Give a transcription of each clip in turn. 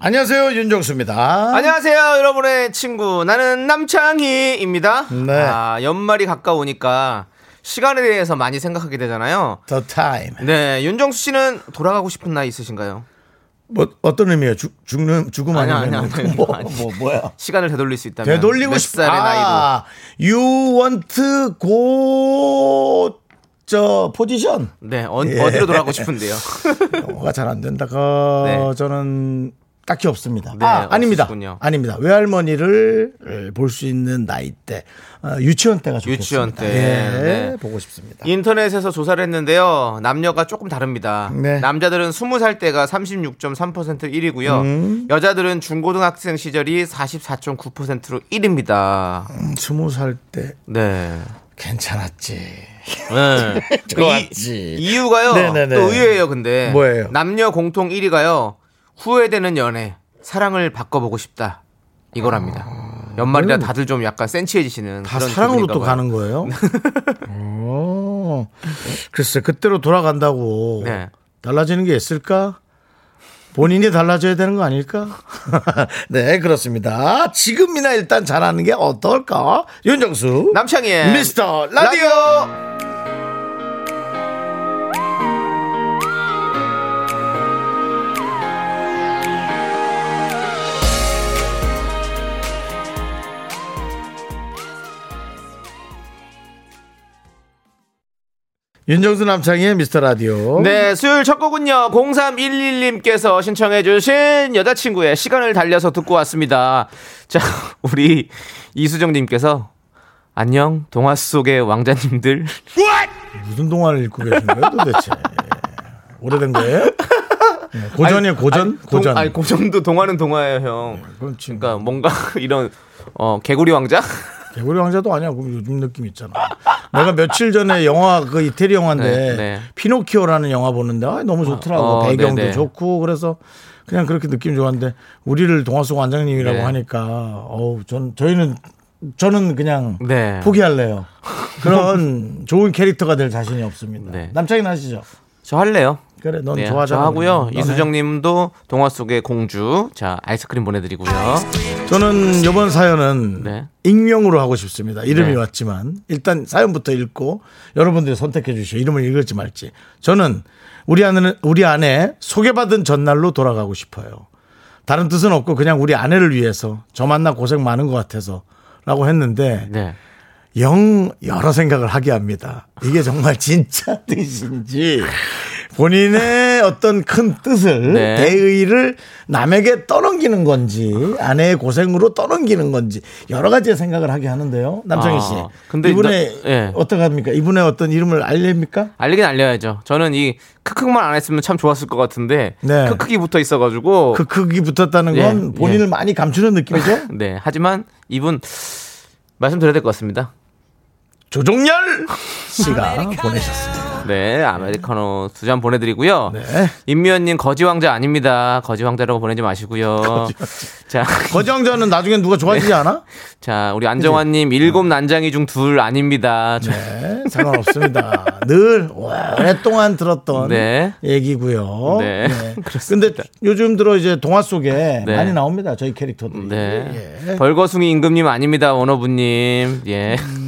안녕하세요 윤정수입니다. 아. 안녕하세요, 여러분의 친구. 나는 남창희입니다. 네. 아, 연말이 가까우니까 시간에 대해서 많이 생각하게 되잖아요. The time. 네, 윤정수 씨는 돌아가고 싶은 나이 있으신가요? 뭐 어떤 의미예요? 죽, 죽는 죽음 아니, 아니면 아니, 아니, 아니. 뭐, 뭐 뭐야? 시간을 되돌릴 수 있다면 되돌리고 몇 싶. 살의 나이로 아, you want go 저 포지션. 네, 어, 예. 디로 돌아가고 싶은데요. 영어가 잘 안 된다가 네. 저는 딱히 없습니다. 네, 아, 아닙니다. 없으시군요. 아닙니다. 외할머니를 볼 수 있는 나이 때 어, 유치원 때가 좋겠습니다. 유치원 때. 예, 네. 보고 싶습니다. 인터넷에서 조사를 했는데요. 남녀가 조금 다릅니다. 네. 남자들은 20살 때가 36.3% 1위고요. 음. 여자들은 중고등학생 시절이 44.9%로 1위입니다. 음, 스무 살 때 네. 괜찮았지. 네. 좋았지. 이, 유가요 네네네. 또 의외예요. 근데 뭐예요? 남녀 공통 1위가요. 후회되는 연애, 사랑을 바꿔보고 싶다 이거랍니다. 연말이라 다들 좀 약간 센치해지시는 아, 다 그런 사랑으로 기분인가 또 봐요. 네. 가는 거예요? 어, 글쎄, 그때로 돌아간다고 네. 달라지는 게 있을까? 본인이 달라져야 되는 거 아닐까? 네, 그렇습니다. 지금이나 일단 잘하는 게 어떨까? 윤정수. 남창희의 네. 미스터 라디오. 라디오. 윤정수 남창희의 미스터 라디오. 네, 수요일 첫 곡은요. 0311님께서 신청해 주신 여자친구의 시간을 달려서 듣고 왔습니다. 자, 우리 이수정 님께서 안녕, 동화 속의 왕자님들. 무슨 동화를 읽고 계신 거예요 도대체? 오래된 거예요? 네, 고전이에요, 고전? 아니, 동- 고전. 네, 아니, 고전도 동화는 동화예요, 형. 그럼 지금 그러니까 뭔가 이런 어, 개구리 왕자? 개구리 왕자도 아니야. 그럼 요즘 느낌 있잖아. 내가 며칠 전에 영화 그 이태리 영화인데 네, 네. 피노키오라는 영화 보는데 아, 너무 좋더라고. 어, 배경도 네, 네. 좋고 그래서 그냥 그렇게 느낌 좋았는데 우리를 동화 속 원장님이라고 네. 하니까 어우 전 저희는 저는 그냥 네. 포기할래요. 그런 좋은 캐릭터가 될 자신이 없습니다. 네. 남창이 나시죠? 저 할래요. 그래, 넌 네, 좋아하잖아. 저 하고요. 너네. 이수정 님도 동화 속의 공주. 자, 아이스크림 보내 드리고요. 저는 이번 사연은 네. 익명으로 하고 싶습니다. 이름이 네. 왔지만 일단 사연부터 읽고 여러분들이 선택해 주시오. 이름을 읽을지 말지. 저는 우리 아내는 우리 아내 소개받은 전날로 돌아가고 싶어요. 다른 뜻은 없고 그냥 우리 아내를 위해서 저 만나 고생 많은 것 같아서라고 했는데 네. 영 여러 생각을 하게 합니다. 이게 정말 진짜 뜻인지 본인의 어떤 큰 뜻을 네. 대의를 남에게 떠넘기는 건지 아내의 고생으로 떠넘기는 건지 여러 가지의 생각을 하게 하는데요. 남창희 씨, 아, 근데 이분의 나- 예. 어떻게 합니까? 이분의 어떤 이름을 알립니까? 알리긴 알려야죠. 저는 이 크크만 안 했으면 참 좋았을 것 같은데 네. 크크기 붙어 있어가지고 그 크기 붙었다는 건 예, 본인을 예. 많이 감추는 느낌이죠. 네 하지만 이분 말씀드려야 될 것 같습니다. 조종열 씨가 보내셨습니다. 네 아메리카노 두 잔 보내드리고요. 네. 임미연님 거지 왕자 아닙니다. 거지 왕자라고 보내지 마시고요. 자, 거장자는 나중에 누가 좋아지지 않아? 자 우리 안정환님 어. 일곱 난장이 중 둘 아닙니다. 저- 네, 상관없습니다. 늘 오랫동안 들었던 네. 얘기고요. 네, 근데 요즘 들어 이제 동화 속에 네. 많이 나옵니다. 저희 캐릭터들. 네. 예. 벌거숭이 임금님 아닙니다. 원어부님. 예. 음.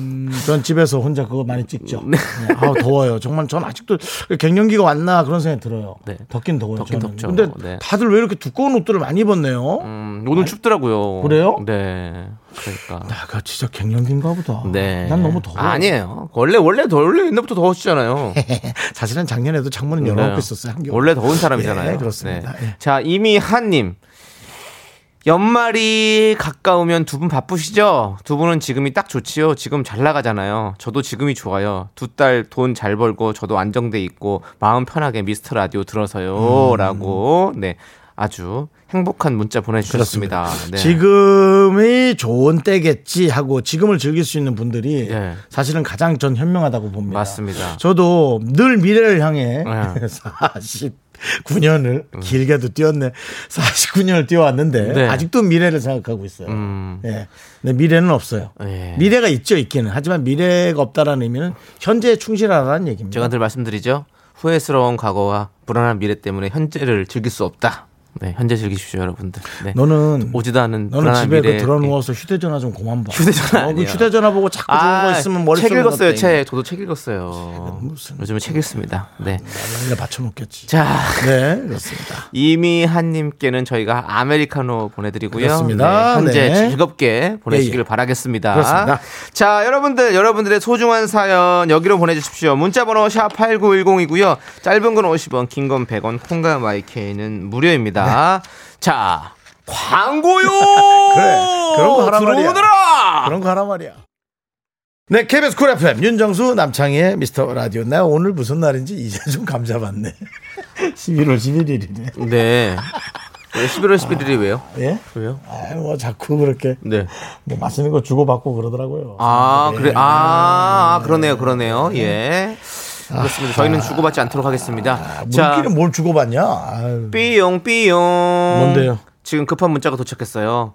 전 집에서 혼자 그거 많이 찍죠. 네. 아우 더워요. 정말 전 아직도 갱년기가 왔나 그런 생각이 들어요. 네. 덥긴 더워요. 덥긴 저는. 덥죠. 근데 네. 다들 왜 이렇게 두꺼운 옷들을 많이 입었네요? 음, 오늘 춥더라고요. 그래요? 네. 그러니까. 내가 진짜 갱년기인가 보다. 네. 난 너무 더워. 아니에요. 원래 원래 더- 원래 옛날부터 더웠잖아요. 사실은 작년에도 창문은 열어놓고 있었어요. 한겨울. 네. 원래 더운 사람이잖아요. 예, 그렇습니다. 네. 예. 자 이미 한님 연말이 가까우면 두 분 바쁘시죠? 두 분은 지금이 딱 좋지요. 지금 잘 나가잖아요. 저도 지금이 좋아요. 두 딸 돈 잘 음. 벌고 저도 안정돼 있고 마음 편하게 미스터 라디오 들어서요라고 네. 아주 행복한 문자 보내주셨습니다. 네. 지금이 좋은 때겠지 하고 지금을 즐길 수 있는 분들이 예. 사실은 가장 전 현명하다고 봅니다. 맞습니다. 저도 늘 미래를 향해 예. 음. 49년을 길게도 뛰었네. 49년을 뛰어왔는데 네. 아직도 미래를 생각하고 있어요. 음. 예. 근데 미래는 없어요. 예. 미래가 있죠, 있기는. 하지만 미래가 없다라는 의미는 현재에 충실하라는 얘기입니다. 제가 늘 말씀드리죠. 후회스러운 과거와 불안한 미래 때문에 현재를 즐길 수 없다. 네, 현재 즐기십시오, 여러분들. 네. 너는 오지도 않은 음. 너는 불안한 집에 미래. 그 들어누워서 휴대전화 좀 그만 봐. 휴대전화 어, 그 아니에요. 휴대전화 보고 자꾸 좋은 아, 거 있으면 머릿속에 책 읽었어요, 넣었다, 책. 저도 책 읽었어요. 무슨- 음, 요즘에 책 읽습니다. 네. 이거. 내가 받쳐놓겠지. 자, 네, 그렇습니다. 이미한님께는 저희가 아메리카노 보내드리고요. 그렇습니다. 현재 네. 즐겁게 보내시길 예, 예. 바라겠습니다. 그렇습니다. 자, 여러분들, 여러분들의 소중한 사연 여기로 보내주십시오. 문자번호 샵8910이고요. 짧은 건 50원, 긴 건 100원, 콩과 마이케이는 무료입니다. 자, 네. 광고요! 그래, 그런 거 하란 들어오느라! 그런 거 하란 말이야. 네, KBS 쿨 FM 윤정수 남창희의 미스터 라디오. 나 오늘 무슨 날인지 이제 좀 감잡았네. 11월 11일이네. 네. 왜 11월 11일이 왜요? 예? 왜요? 아유, 뭐 자꾸 그렇게 네. 뭐 맛있는 거 주고받고 그러더라고요. 아, 그래. 아, 아, 그러네요. 그러네요. 예. 그렇습니다. 저희는 주고받지 않도록 하겠습니다. 자, 물기는 뭘 주고받냐? 아유. 삐용, 삐용. 아, 뭔데요? 지금 급한 문자가 도착했어요.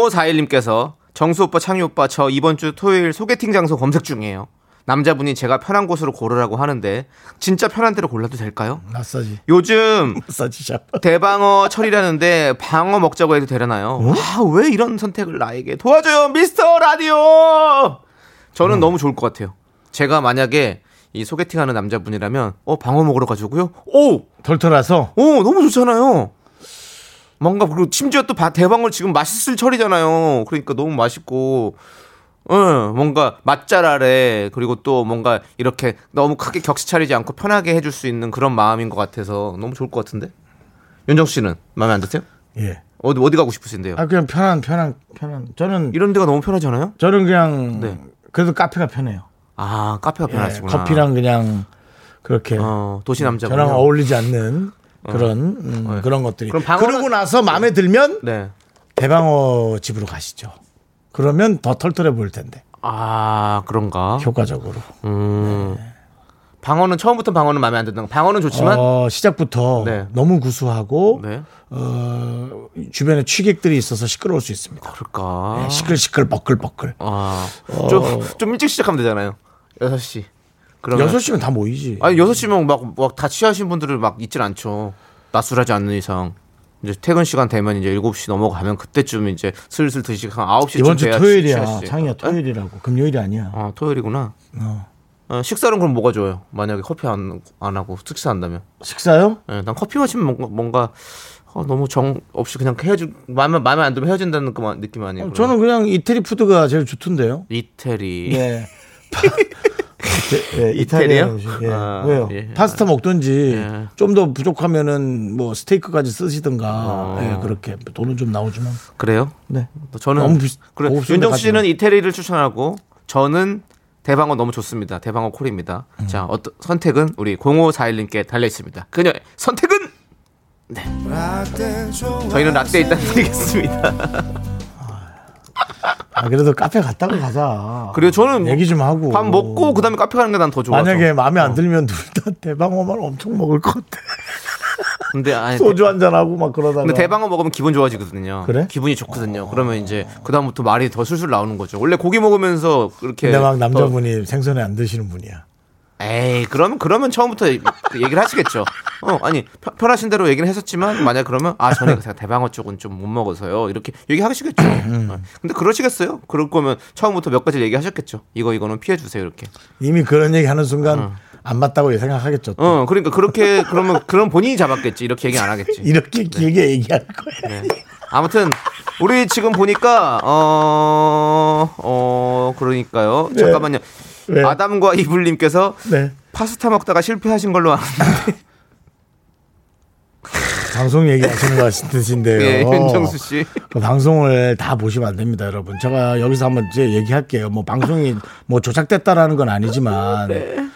0541님께서 정수 오빠, 창희 오빠, 저 이번 주 토요일 소개팅 장소 검색 중이에요. 남자분이 제가 편한 곳으로 고르라고 하는데, 진짜 편한 대로 골라도 될까요? 마사지. 요즘 마사지샵. 대방어 철이라는데 방어 먹자고 해도 되려나요? 아, 왜 이런 선택을 나에게 도와줘요, 미스터 라디오! 저는 너무 좋을 것 같아요. 제가 만약에 이 소개팅하는 남자분이라면, 어, 방어 먹으러 가지고요? 오! 털털해서 오, 너무 좋잖아요! 뭔가, 그리고 심지어 또 바- 대방어 지금 맛있을 철이잖아요. 그러니까 너무 맛있고, 응, 뭔가 맛잘 아래, 그리고 또 뭔가 이렇게 너무 크게 격시 차리지 않고 편하게 해줄 수 있는 그런 마음인 것 같아서 너무 좋을 것 같은데? 윤정수 씨는 마음에 안 드세요? 예. 어디 어디 가고 싶으신데요? 아 그냥 편한 편한 편한. 저는 이런 데가 너무 편하잖아요. 저는 그냥 네. 그래도 카페가 편해요. 아 카페가 예, 편하시구나. 커피랑 그냥 그렇게 어, 도시 남자. 저랑 어울리지 않는 그런 음, 그런 것들이. 어. 예. 그럼 그 방어는- 러고 나서 마음에 들면 네. 대방어 집으로 가시죠. 그러면 더 털털해 보일 텐데 아 그런가. 효과적으로. 음. 방어는 처음부터 방어는 마음에 안 든다. 방어는 좋지만. 어, 시작부터 네. 너무 구수하고 네. 어, 주변에 취객들이 있어서 시끄러울 수 있습니다. 그럴까. 시끌 시끌 버클 버클. 아. 어. 좀 좀 일찍 시작하면 되잖아요. 6 시. 그러면. 여섯 시면 다 모이지. 아니 6 시면 막막다 취하신 분들을 막 있진 않죠. 낮술하지 않는 이상. 이제 퇴근 시간 되면 이제 7시 넘어가면 그때쯤 이제 슬슬 드시고 한 9시쯤 이번 주 돼야 토요일이야. 취하시지. 창이야 토요일이라고. 금요일이 아니야. 아 토요일이구나. 어, 식사는 그럼 뭐가 좋아요? 만약에 커피 안, 안 하고 식사한다면? 식사요? 예, 난 커피 마시면 뭔가, 뭔가 어, 너무 정 없이 그냥 헤어지 마음에 마음에 안 들면 헤어진다는 그 마- 느낌 아니에요? 그럼? 저는 그냥 이태리 푸드가 제일 좋던데요. 이태리. 예. 아, 네. 이태리요? 이태리요? 예. 아, 왜요? 예. 파스타 먹든지 예. 좀 더 부족하면은 뭐 스테이크까지 아. 쓰시든가 예, 그렇게 돈은 좀 나오지만 그래요? 뭐 네. 저는 너무 비슷- 그래 고급스러운데 윤정수 가지 씨는 마. 이태리를 추천하고 저는 대방어 너무 좋습니다. 대방어 콜입니다. 자, 어떤 선택은 우리 0541님께 달려 있습니다. 그녀의 선택은 네. 저희는 라떼 일단 드리겠습니다. 아 그래도 카페 갔다가 가자. 그리고 저는 뭐 얘기 좀 하고 밥 먹고 그다음에 카페 가는 게 난 더 좋아서. 어. 만약에 마음에 안 들면 둘 다 대방어만 엄청 먹을 것 같아. 근데 아니 소주 한잔 하고 막 그러다가. 네, 근데 대방어 먹으면 기분 좋아지거든요. 그래? 기분이 좋거든요. 그러면 이제 그다음부터 말이 더 술술 나오는 거죠. 원래 고기 먹으면서 그렇게 근데 막 더- 남자분이 생선에 안 드시는 분이야. 에이, 그러면 그러면 처음부터 얘기를 하시겠죠. 어, 아니 편- 편하신 대로 얘기를 했었지만 만약 그러면 아 전에 제가 대방어 쪽은 좀 못 먹어서요. 이렇게 얘기하시겠죠. 음. 어, 근데 그러시겠어요? 그럴 거면 처음부터 몇 가지 얘기하셨겠죠. 이거 이거는 피해 주세요. 이렇게. 이미 그런 얘기 하는 순간 안 맞다고 생각하겠죠. 또. 어, 그러니까 그렇게 그러면 그럼 본인이 잡았겠지. 이렇게 얘기 안 하겠지. 이렇게 길게 얘기할 거야. 네. 아무튼 우리 지금 보니까 어, 어 그러니까요. 잠깐만요. 네. 아담과 이불님께서 네. 파스타 먹다가 실패하신 걸로 아는데 방송 얘기하시는 것 같으신데요. 예, 윤정수 씨. 그 방송을 다 보시면 안 됩니다, 여러분. 제가 여기서 한번 이제 얘기할게요. 뭐 방송이 뭐 조작됐다라는 건 아니지만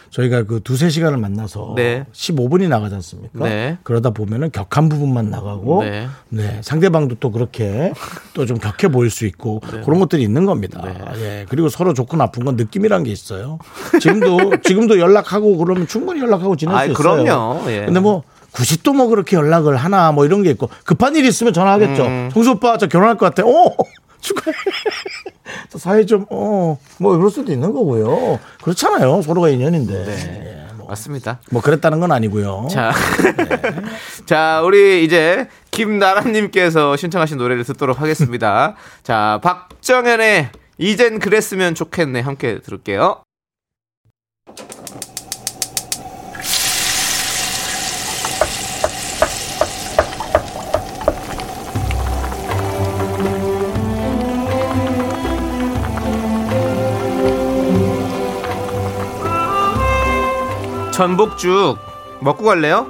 저희가 그 두세 시간을 만나서 네. 15분이 나가지 않습니까? 네. 그러다 보면은 격한 부분만 나가고 네. 네. 상대방도 또 그렇게 또 좀 격해 보일 수 있고 네. 그런 것들이 있는 겁니다. 예. 그리고 서로 좋고 나쁜 건 느낌이란 게 있어요. 지금도 지금도 연락하고 그러면 충분히 연락하고 지낼 수 아이, 있어요. 그럼요. 예. 근데 뭐 굳이 또 뭐 그렇게 연락을 하나 뭐 이런 게 있고 급한 일 있으면 전화하겠죠. 음. 성수 오빠 저 결혼할 것 같아. 어 축하해. 저 사회 좀어뭐 그럴 수도 있는 거고요. 그렇잖아요. 서로가 인연인데. 예, 뭐, 맞습니다. 뭐 그랬다는 건 아니고요. 네. 자, 자 우리 이제 김나람님께서 신청하신 노래를 듣도록 하겠습니다. 자, 박정현의 이젠 그랬으면 좋겠네 함께 들을게요. 전복죽 먹고 갈래요?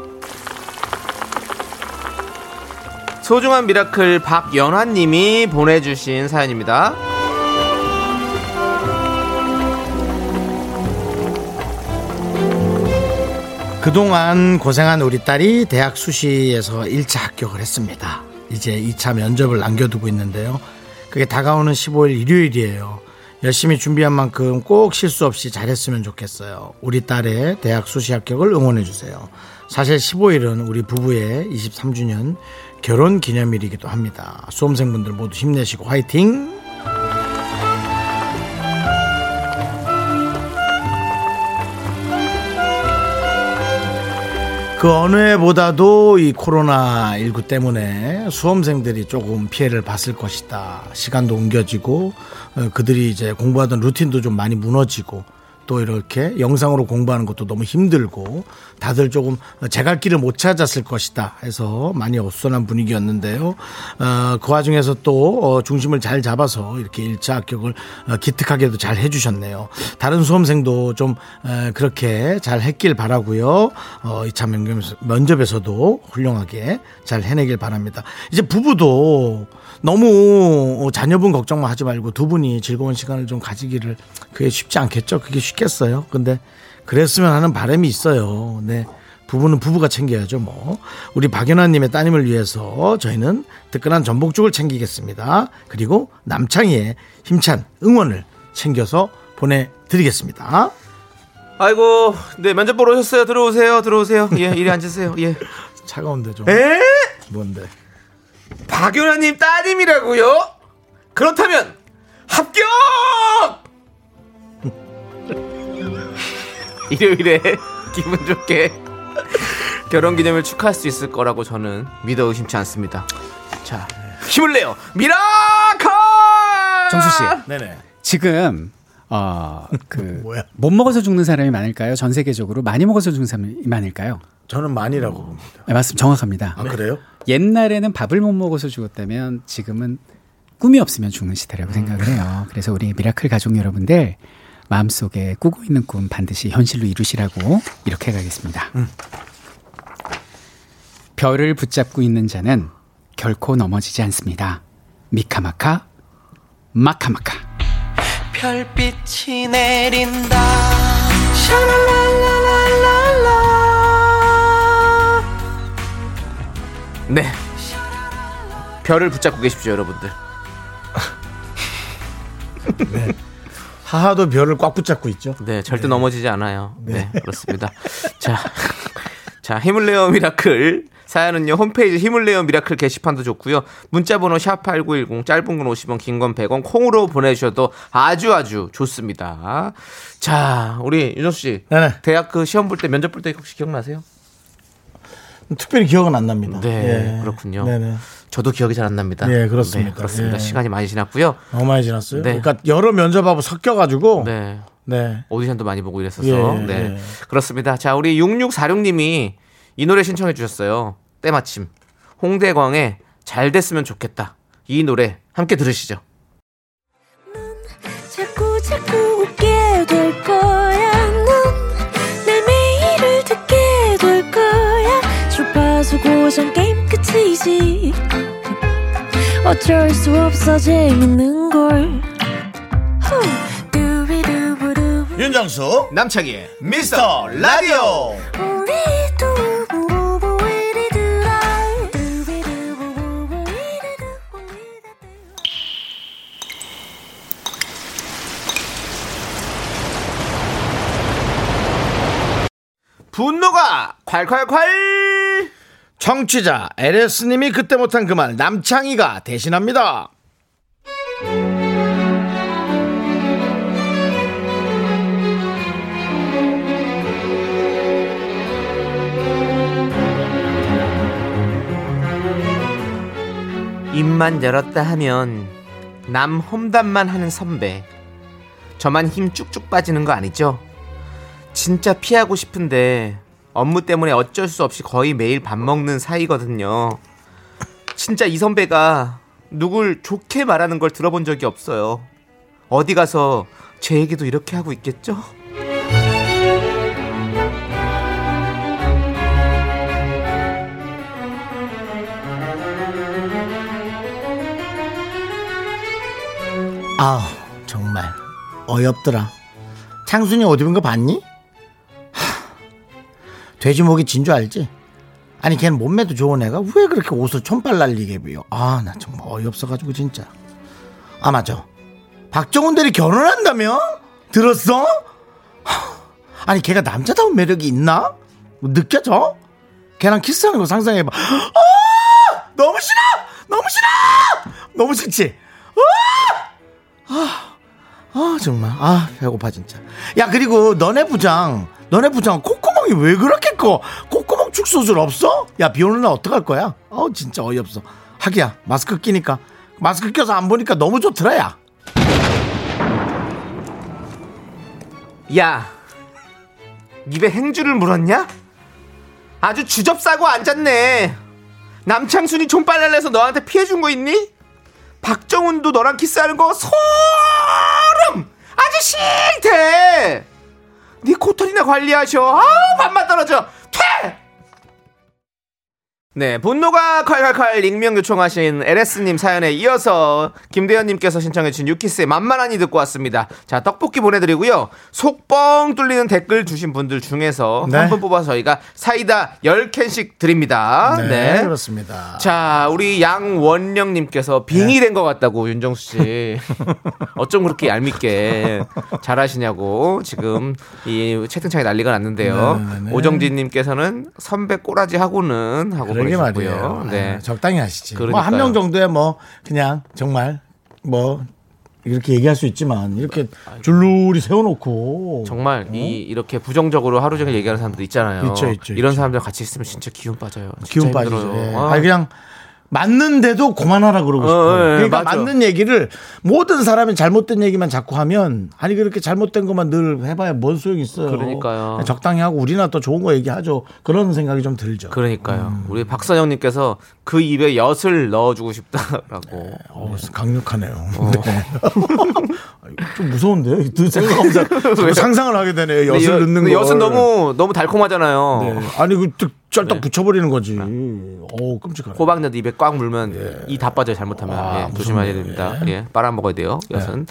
소중한 미라클 박연화님이 보내주신 사연입니다. 그동안 고생한 우리 딸이 대학 수시에서 1차 합격을 했습니다. 이제 2차 면접을 남겨두고 있는데요. 그게 다가오는 15일 일요일이에요. 열심히 준비한 만큼 꼭 실수 없이 잘했으면 좋겠어요. 우리 딸의 대학 수시 합격을 응원해주세요. 사실 15일은 우리 부부의 23주년 결혼 기념일이기도 합니다. 수험생분들 모두 힘내시고 화이팅! 그 어느 해보다도 이 코로나19 때문에 수험생들이 조금 피해를 봤을 것이다. 시간도 옮겨지고 어, 그들이 이제 공부하던 루틴도 좀 많이 무너지고 또 이렇게 영상으로 공부하는 것도 너무 힘들고 다들 조금 제갈 길을 못 찾았을 것이다 해서 많이 어수선한 분위기였는데요. 어, 그 와중에서 또 어, 중심을 잘 잡아서 이렇게 1차 합격을 어, 기특하게도 잘 해주셨네요. 다른 수험생도 좀 에, 그렇게 잘 했길 바라고요. 어, 2차 면접에서- 면접에서도 훌륭하게 잘 해내길 바랍니다. 이제 부부도 너무 어, 자녀분 걱정만 하지 말고 두 분이 즐거운 시간을 좀 가지기를 그게 쉽지 않겠죠. 그게 쉽겠어요. 근데 그랬으면 하는 바람이 있어요. 네. 부부는 부부가 챙겨야죠, 뭐. 우리 박연아님의 따님을 위해서 저희는 뜨끈한 전복죽을 챙기겠습니다. 그리고 남창희의 힘찬 응원을 챙겨서 보내드리겠습니다. 아이고, 네 면접 보러 오셨어요. 들어오세요, 들어오세요. 예, 이리 앉으세요. 예. 차가운데 좀. 에? 뭔데? 박연아님 따님이라고요? 그렇다면 합격! 일요일에 기분 좋게 결혼기념일 축하할 수 있을 거라고 저는 믿어 의심치 않습니다. 자, 힘을 내요, 미라카! 정수 씨. 네네. 지금 어, 그 뭐야? 못 먹어서 죽는 사람이 많을까요? 전 세계적으로 많이 먹어서 죽는 사람이 많을까요? 저는 많이라고 봅니다. 네, 맞습니다. 정확합니다. 아, 그래요? 옛날에는 밥을 못 먹어서 죽었다면 지금은 꿈이 없으면 죽는 시대라고 생각을 해요. 그래서 우리 미라클 가족 여러분들 마음속에 꾸고 있는 꿈 반드시 현실로 이루시라고 이렇게 가겠습니다. 별을 붙잡고 있는 자는 결코 넘어지지 않습니다. 미카마카 마카마카. 별빛이 내린다 샤랄랄랄랄랄라 네. 별을 붙잡고 계십시오, 여러분들. 하하도 별을 꽉 붙잡고 있죠. 네, 절대 넘어지지 않아요. 네, 그렇습니다. 자, 자, 힘을 내요 미라클. 사연은요, 홈페이지 힘을 내요 미라클 게시판도 좋고요. 문자번호 샵8910, 짧은 건 50원, 긴 건 100원, 콩으로 보내주셔도 아주 아주 좋습니다. 자, 우리 윤정수 씨. 네네. 대학 그 시험 볼 때, 면접 볼 때 혹시 기억나세요? 특별히 기억은 안 납니다. 네, 예. 그렇군요. 네네. 저도 기억이 잘 안 납니다. 예, 그렇습니다. 네, 그렇습니다. 예. 시간이 많이 지났고요. 너무 많이 지났어요. 네. 그러니까 여러 면접하고 섞여가지고 네. 네. 오디션도 많이 보고 이랬어서. 예, 네. 예. 그렇습니다. 자, 우리 6646님이 이 노래 신청해 주셨어요. 때마침. 홍대광의 잘 됐으면 좋겠다. 이 노래 함께 들으시죠. 자꾸 자꾸 웃게 될 거야. 넌내 매일을 듣게 될 거야. 주파수 고정 게임 끝이지. 어쩔 수 없어 재밌는 걸. 후. 두비두부두부. 윤정수 남창희의 미스터 라디오 우리 두부부부 이리들아 두비두부부부 이리두부 이리들 분노가 콸콸콸 청취자 LS님이 그때 못한 그 말 남창희가 대신합니다. 입만 열었다 하면 남 험담만 하는 선배 저만 힘 쭉쭉 빠지는 거 아니죠? 진짜 피하고 싶은데 업무 때문에 어쩔 수 없이 거의 매일 밥 먹는 사이거든요 진짜 이 선배가 누굴 좋게 말하는 걸 들어본 적이 없어요 어디 가서 제 얘기도 이렇게 하고 있겠죠? 아우 정말 어이없더라. 창순이 옷 입은 거 봤니? 하, 돼지목이 진 줄 알지? 아니 걘 몸매도 좋은 애가 왜 그렇게 옷을 촌발 날리게 입어요? 아나 정말 어이없어가지고 진짜. 아 맞아. 박정훈 대리 결혼한다며? 들었어? 하, 아니 걔가 남자다운 매력이 있나? 뭐 느껴져? 걔랑 키스하는 거 상상해봐. 아! 너무 싫어! 너무 싫어! 너무 싫지? 아 정말 아 배고파 진짜 야 그리고 너네 부장 너네 부장 콧구멍이 왜 그렇게 커 콧구멍 축소술 없어 야 비오는 날 어떡할 거야 어우 진짜 어이없어 하기야 마스크 끼니까 마스크 껴서 안 보니까 너무 좋더라 야 야, 입에 행주를 물었냐? 아주 주접싸고 앉았네. 남창순이 촌빨 날려서 너한테 피해준 거 있니? 박정훈도 너랑 키스하는 거 소름! 아주 싫대! 네 코털이나 관리하셔. 아우, 밥맛 떨어져. 퇴! 네, 분노가 칼칼칼 익명 요청하신 LS님 사연에 이어서 김대현님께서 신청해주신 유키스의 만만하니 듣고 왔습니다. 자, 떡볶이 보내드리고요. 속 뻥 뚫리는 댓글 주신 분들 중에서 네. 한 분 뽑아서 저희가 사이다 10캔씩 드립니다. 네. 그렇습니다 자, 우리 네. 양원령님께서 빙이 된 것 같다고, 윤정수 씨. 어쩜 그렇게 얄밉게 잘하시냐고, 지금 이 채팅창에 난리가 났는데요. 네네네. 오정진님께서는 선배 꼬라지 하고는 하고 그러게 보내셨고요. 말이에요 네. 아, 적당히 하시지 뭐 그러니까요. 한 명 정도야 뭐 그냥 정말 뭐 이렇게 얘기할 수 있지만 이렇게 줄줄이 세워놓고 아, 정말 이 이렇게 부정적으로 하루 종일 얘기하는 사람들 있잖아요. 어? 있죠, 있죠, 이런 있죠. 사람들 같이 있으면 진짜 기운 빠져요. 진짜 기운 빠지죠. 힘들어요. 예. 아, 아니 그냥 맞는데도 그만하라 그러고 어, 싶어요. 예, 그러니까 맞죠. 맞는 얘기를 모든 사람이 잘못된 얘기만 자꾸 하면 아니 그렇게 잘못된 것만 늘 해봐야 뭔 소용이 있어요. 그러니까요. 그냥 적당히 하고 우리나 또 좋은 거 얘기하죠. 그런 생각이 좀 들죠. 그러니까요. 음. 우리 박선영님께서 그 입에 엿을 넣어주고 싶다라고. 어, 강력하네요. 어. 네. 좀 무서운데요. 늘 생각하면서 자꾸 상상을 하게 되네요. 근데 엿을 여- 넣는 근데 거. 엿은 너무 네. 너무 달콤하잖아요. 네. 아니 그 뚝- 쩔딱 붙여버리는 거지. 네. 어 끔찍하네. 호박엿 입에 꽉 물면 이 다 빠져요 잘못하면 예. 아, 예, 무섭네. 조심해야 됩니다. 예, 빨아 먹어야 돼요. 엿은.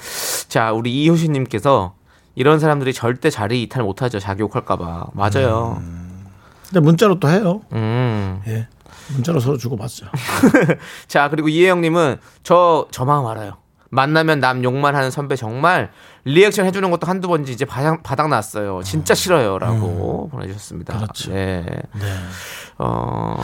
자 우리 이효신님께서 이런 사람들이 절대 자리 이탈 못하죠 자기 욕할까봐 맞아요. 음. 근데 문자로 또 해요. 음. 예. 문자로 서로 주고 받죠. 자 그리고 이혜영님은 저 저 마음 알아요. 만나면 남 욕만 하는 선배 정말 리액션 해주는 것도 한두 번지 이제 바닥, 바닥 났어요. 진짜 싫어요라고 보내주셨습니다. 음. 그렇죠. 네. 어,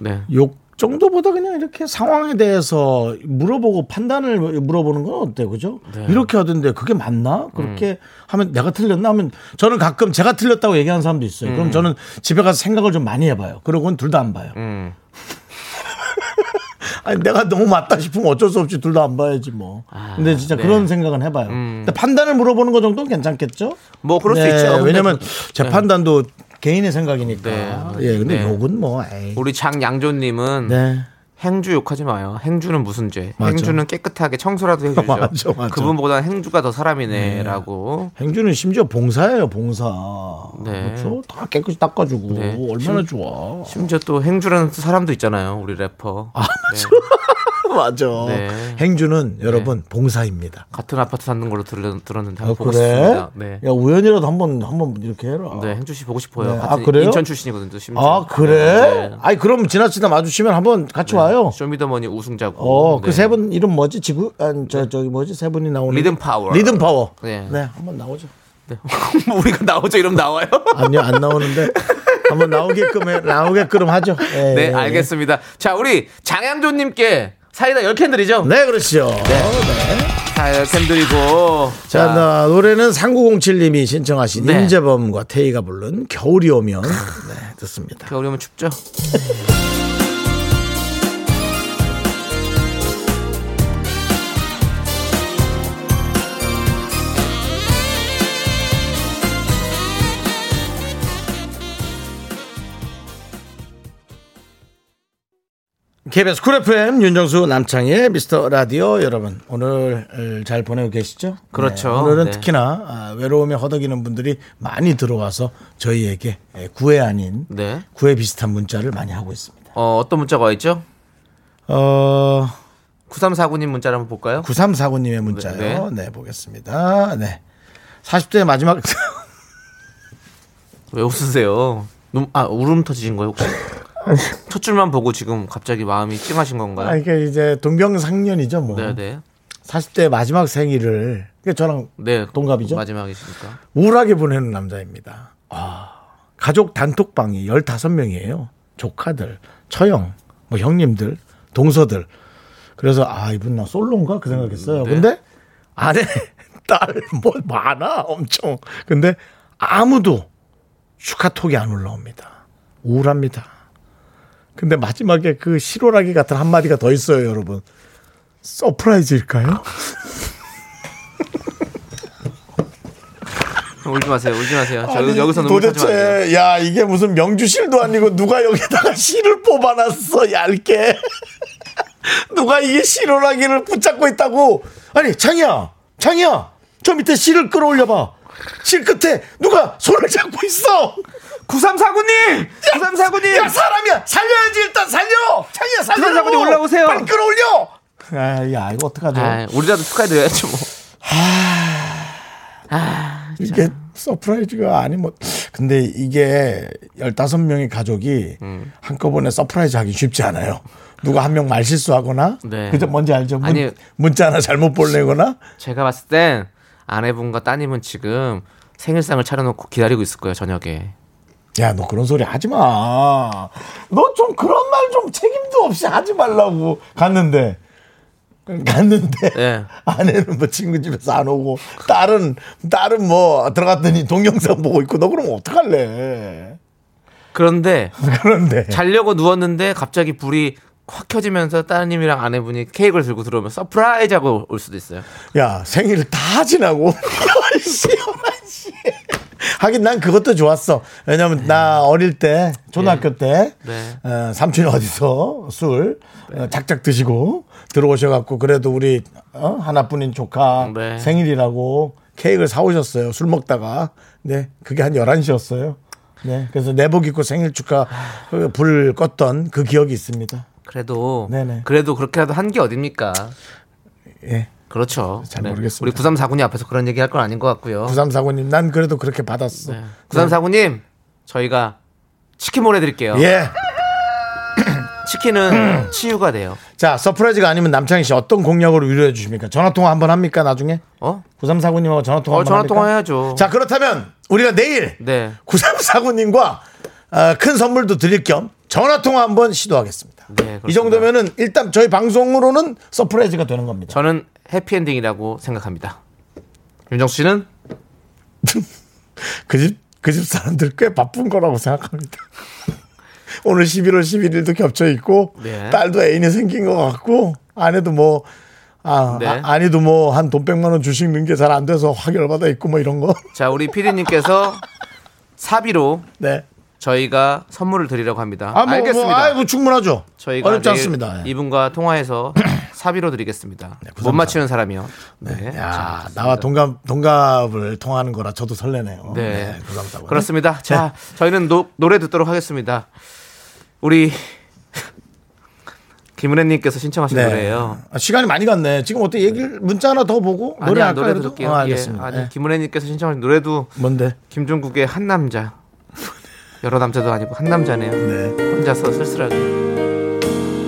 네. 욕 정도보다 그냥 이렇게 상황에 대해서 물어보고 판단을 물어보는 건 어때요, 그죠? 네. 이렇게 하던데 그게 맞나? 그렇게 음. 하면 내가 틀렸나 하면 저는 가끔 제가 틀렸다고 얘기하는 사람도 있어요. 그럼 저는 집에 가서 생각을 좀 많이 해봐요. 그러고는 둘 다 안 봐요. 음. 아니 내가 너무 맞다 싶으면 어쩔 수 없이 둘 다 안 봐야지 뭐. 아, 근데 진짜 네. 그런 생각은 해봐요. 근데 판단을 물어보는 거 정도는 괜찮겠죠? 음. 뭐 그럴 수 있죠. 근데 네, 왜냐면 저- 제 판단도 개인의 생각이니까. 네. 예, 근데 네. 욕은 뭐. 에이. 우리 장양조님은 네. 행주 욕하지 마요. 행주는 무슨 죄? 맞아. 행주는 깨끗하게 청소라도 해주죠. 맞아, 맞아. 그분보다 행주가 더 사람이네라고. 행주는 심지어 봉사예요, 봉사. 네. 그렇죠? 다 깨끗이 닦아주고 네. 얼마나 좋아. 심지어 또 행주라는 사람도 있잖아요. 우리 래퍼. 아 맞아. 맞아. 네. 행주는 여러분 봉사입니다. 같은 아파트 사는 걸로 들었, 들었는데 아, 한번 보고 그래? 싶습니다. 네. 야 우연이라도 한번 한번 이렇게 해라. 네, 행주 씨 보고 싶어요. 네. 아, 같은 그래요? 인천 출신이거든요. 심지어. 아 그래? 네. 아니 그럼 지나치다 마주치면 한번 같이 와요. 쇼미더머니 우승자고. 어, 네. 그 세 분 이름 뭐지? 지구 아니, 저 저기 뭐지? 세 분이 나오는 리듬 파워. 리듬 파워. 네. 네, 한번 나오죠. 뭐 우리가 나오죠? 이러면 나와요? 아니요, 안 나오는데 한번 나오게끔 해, 나오게끔 하죠. 예, 네, 예, 알겠습니다. 자, 우리 장양조님께 사이다 10캔 드리죠? 예. 네, 그렇죠. 네, 아, 사이다 10캔 드리고. 자, 나 노래는 3907님이 신청하신 네. 임재범과 태희가 부른 겨울이 오면 네, 듣습니다. 겨울이 오면 춥죠? KBS 쿨 FM 윤정수 남창희의 미스터 라디오 여러분 오늘 을, 잘 보내고 계시죠? 그렇죠. 네, 오늘은 네. 특히나 아, 외로움에 허덕이는 분들이 많이 들어와서 저희에게 예, 구애 아닌 네. 구애 비슷한 문자를 많이 하고 있습니다. 어, 어떤 문자가 와 있죠? 어, 9349님 문자를 한번 볼까요? 9349님의 문자요. 네, 보겠습니다. 네. 40대 마지막 왜 웃으세요? 눈, 아, 울음 터지신 거예요, 혹시? 첫 줄만 보고 지금 갑자기 마음이 찡하신 아 건가요? 그러니까 이제 동병상련이죠, 뭐. 네, 네. 40대 마지막 생일을 그러니까 저랑 네. 동갑이죠? 마지막이시니까. 우울하게 보내는 남자입니다. 아, 가족 단톡방이 15명이에요. 조카들, 처형, 뭐 형님들, 동서들. 그래서 아, 이분 나 솔로인가? 그 생각했어요. 근데 아내, 딸, 뭐 많아. 엄청. 근데 아무도 축하톡이 안 올라옵니다. 우울합니다. 근데 마지막에 그 실오라기 같은 한마디가 더 있어요, 여러분. 서프라이즈일까요? 울지 마세요, 울지 마세요. 저 아니, 여기서 눈물 터지 마세요. 도대체 야 이게 무슨 명주실도 아니고 누가 여기다가 실을 뽑아놨어 얇게 누가 이게 실오라기를 붙잡고 있다고 아니 창이야 창이야 저 밑에 실을 끌어올려봐 실 끝에 누가 손을 잡고 있어 9349님! 9349님! 야 사람이야 살려야지 일단 살려 창이야 살려 들어가고 올라오세요. 빨리 끌어올려 아야 이거 어떡하죠 아, 우리라도 축하해드려야죠, 뭐. 이게 서프라이즈가 아니면 뭐, 근데 이게 15명의 가족이 음. 한꺼번에 서프라이즈 하기 쉽지 않아요. 누가 한 명 말실수하거나 네. 그죠 뭔지 알죠? 문, 아니- 문자 하나 잘못 보내거나 제가 봤을 땐 아내분과 따님은 지금 생일상을 차려놓고 기다리고 있을 거예요, 저녁에. 야 너 그런 소리 하지 마. 너 좀 그런 말 좀 책임도 없이 하지 말라고 갔는데 갔는데 예. 아내는 뭐 친구 집에서 안 오고 딸은 딸은 뭐 들어갔더니 동영상 보고 있고 너 그러면 어떡할래? 그런데 그런데 자려고 누웠는데 갑자기 불이 확 켜지면서 따님이랑 아내분이 케이크를 들고 들어오면 서프라이즈 하고 올 수도 있어요. 야 생일 다 지나고 씨, 씨. 하긴 난 그것도 좋았어 왜냐면 나 어릴 때 초등학교 때 네. 어, 삼촌이 어디서 술 어, 작작 드시고 들어오셔갖고 그래도 우리 어? 하나뿐인 조카 네. 생일이라고 케이크를 사오셨어요 술 먹다가 네 그게 한 11시였어요 네 그래서 내복 입고 생일 축하 어, 불 껐던 그 기억이 있습니다 어. 그래도 네네. 그래도 그렇게라도 한 게 어딥니까? 예. 그렇죠. 잘 모르겠습니다. 우리 9349님 앞에서 그런 얘기 할 건 아닌 것 같고요. 구삼사고님 난 그래도 그렇게 받았어 네. 9349님 저희가 치킨 보내드릴게요. 예 음. 치킨은 치유가 돼요. 자, 서프라이즈가 아니면 남창희 씨 어떤 공약으로 위로해 주십니까? 전화 통화 한번 합니까? 나중에? 어? 9349님하고 전화 통화 어, 한번 전화 합니까? 통화해야죠. 자, 그렇다면 우리가 내일 네. 9349님과 어, 큰 선물도 드릴 겸 전화 통화 한번 시도하겠습니다. 네, 그렇습니다. 이 정도면은 일단 저희 방송으로는 서프라이즈가 되는 겁니다. 저는 해피엔딩이라고 생각합니다. 윤정수 씨는 그 집, 그 집 사람들 꽤 바쁜 거라고 생각합니다. 오늘 11월 11일도 겹쳐 있고, 네. 딸도 애인이 생긴 것 같고, 아내도 뭐, 아, 네. 아, 아내도 뭐 한 돈 100만 원 주식 넣은 게 잘 안 돼서 확 열받아 있고 뭐 이런 거. 자 우리 피디님께서 사비로 네. 저희가 선물을 드리려고 합니다. 아, 뭐, 알겠습니다. 뭐, 아이고, 충분하죠. 저희가 어렵지 내일 않습니다. 예. 네, 이분과 통화해서 사비로 드리겠습니다. 못 맞히는 사람이요. 네. 야, 나와 동갑, 동갑을 통하는 거라 저도 설레네요. 네. 부담사고. 네. 그렇습니다. 자, 저희는 노, 노래 듣도록 하겠습니다. 우리 김은혜님께서 신청하신 네. 노래예요. 아, 시간이 많이 갔네. 지금 어때 얘기를 문자 하나 더 보고 노래 아니야 할까 노래 그래도? 어, 들을게요. 예, 알겠습니다. 아니 예. 김은혜님께서 신청하신 노래도 뭔데? 김종국의 한 남자. 여러 남자도 아니고 한 남자네요. 네. 혼자서 쓸쓸하게.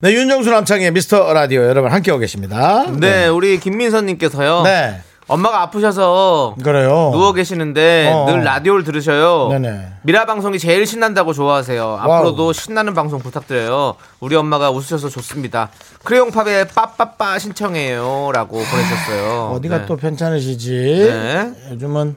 네, 윤정수 남창의 미스터 라디오 여러분 함께하고 계십니다. 네, 우리 김민선님께서요. 네. 엄마가 아프셔서 그래요. 누워 계시는데 어. 늘 라디오를 들으셔요. 네네. 미라 방송이 제일 신난다고 좋아하세요. 앞으로도 신나는 방송 부탁드려요. 우리 엄마가 웃으셔서 좋습니다. 크레용팝의 빠빠빠 신청해요라고 보내셨어요. 어디가 네. 또 편찮으시지? 네. 요즘은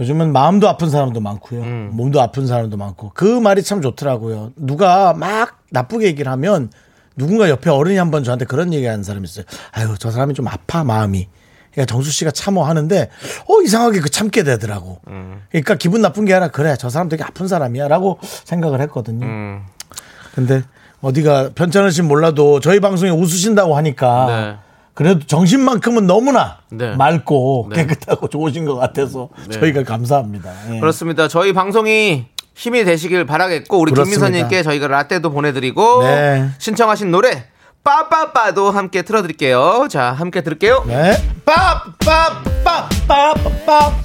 요즘은 마음도 아픈 사람도 많고요. 몸도 아픈 사람도 많고. 그 말이 참 좋더라고요. 누가 막 나쁘게 얘기를 하면 누군가 옆에 어른이 한 번 저한테 그런 얘기 하는 사람이 있어요. 아유, 저 사람이 좀 아파, 마음이. 그러니까 정수 씨가 참어 하는데, 어, 이상하게 그 참게 되더라고. 음. 그러니까 기분 나쁜 게 아니라, 그래, 저 사람 되게 아픈 사람이야. 라고 생각을 했거든요. 음. 근데 어디가 편찮으신 몰라도 저희 방송에 웃으신다고 하니까 네. 그래도 정신만큼은 너무나 네. 맑고 깨끗하고 좋으신 것 같아서 저희가 감사합니다. 예. 그렇습니다. 저희 방송이 힘이 되시길 바라겠고 우리 그렇습니다. 김민선님께 저희가 라떼도 보내드리고 네. 신청하신 노래 빠빠빠도 함께 틀어드릴게요. 자, 함께 들을게요. 네. 빡빡빡빡빡빡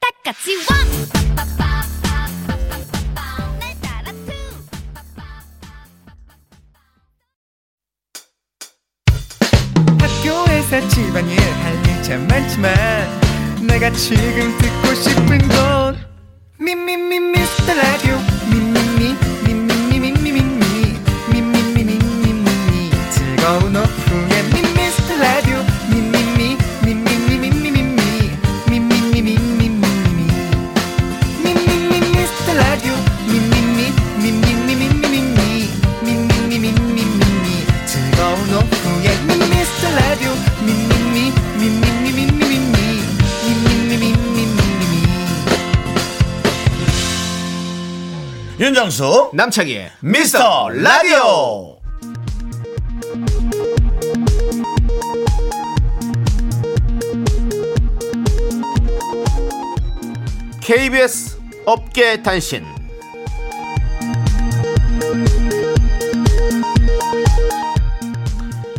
똑같이 왕날 따라 투 학교에서 집안일 할 일 참 많지만 내가 지금 듣고 싶은 건 미미미 미스터 라디오 미미미 미미미 미미미 미미미 미미미 미미미 즐거운 오후에 미스터 라디오 미미미 미미미 미미미 미미미 미미미 미미미 네. 윤정수 남창희의 미스터 라디오 KBS 업계 단신.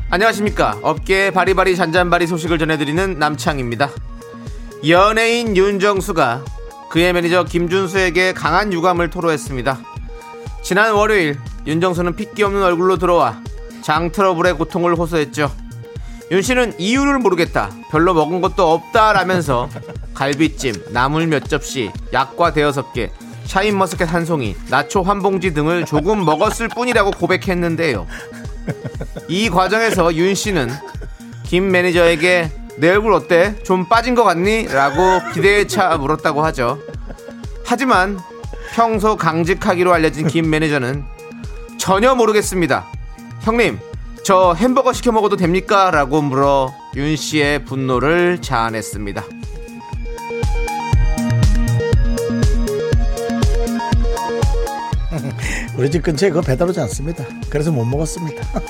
안녕하십니까. 업계의 바리바리 잔잔바리 소식을 전해드리는 남창입니다. 연예인 윤정수가 그의 매니저 김준수에게 강한 유감을 토로했습니다. 지난 월요일 윤정수는 핏기 없는 얼굴로 들어와 장 트러블의 고통을 호소했죠. 윤 씨는 이유를 모르겠다. 별로 먹은 것도 없다라면서 갈비찜, 나물 몇 접시, 약과 대여섯 개, 샤인머스켓 한 송이, 나초 한 봉지 등을 조금 먹었을 뿐이라고 고백했는데요. 이 과정에서 윤 씨는 김 매니저에게 내 얼굴 어때? 좀 빠진 것 같니? 라고 기대에 차 물었다고 하죠. 하지만 평소 강직하기로 알려진 김 매니저는 전혀 모르겠습니다. 형님, 저 햄버거 시켜 먹어도 됩니까? 라고 물어 윤 씨의 분노를 자아냈습니다. 우리 집 근처에 그거 배달 오지 않습니다. 그래서 못 먹었습니다.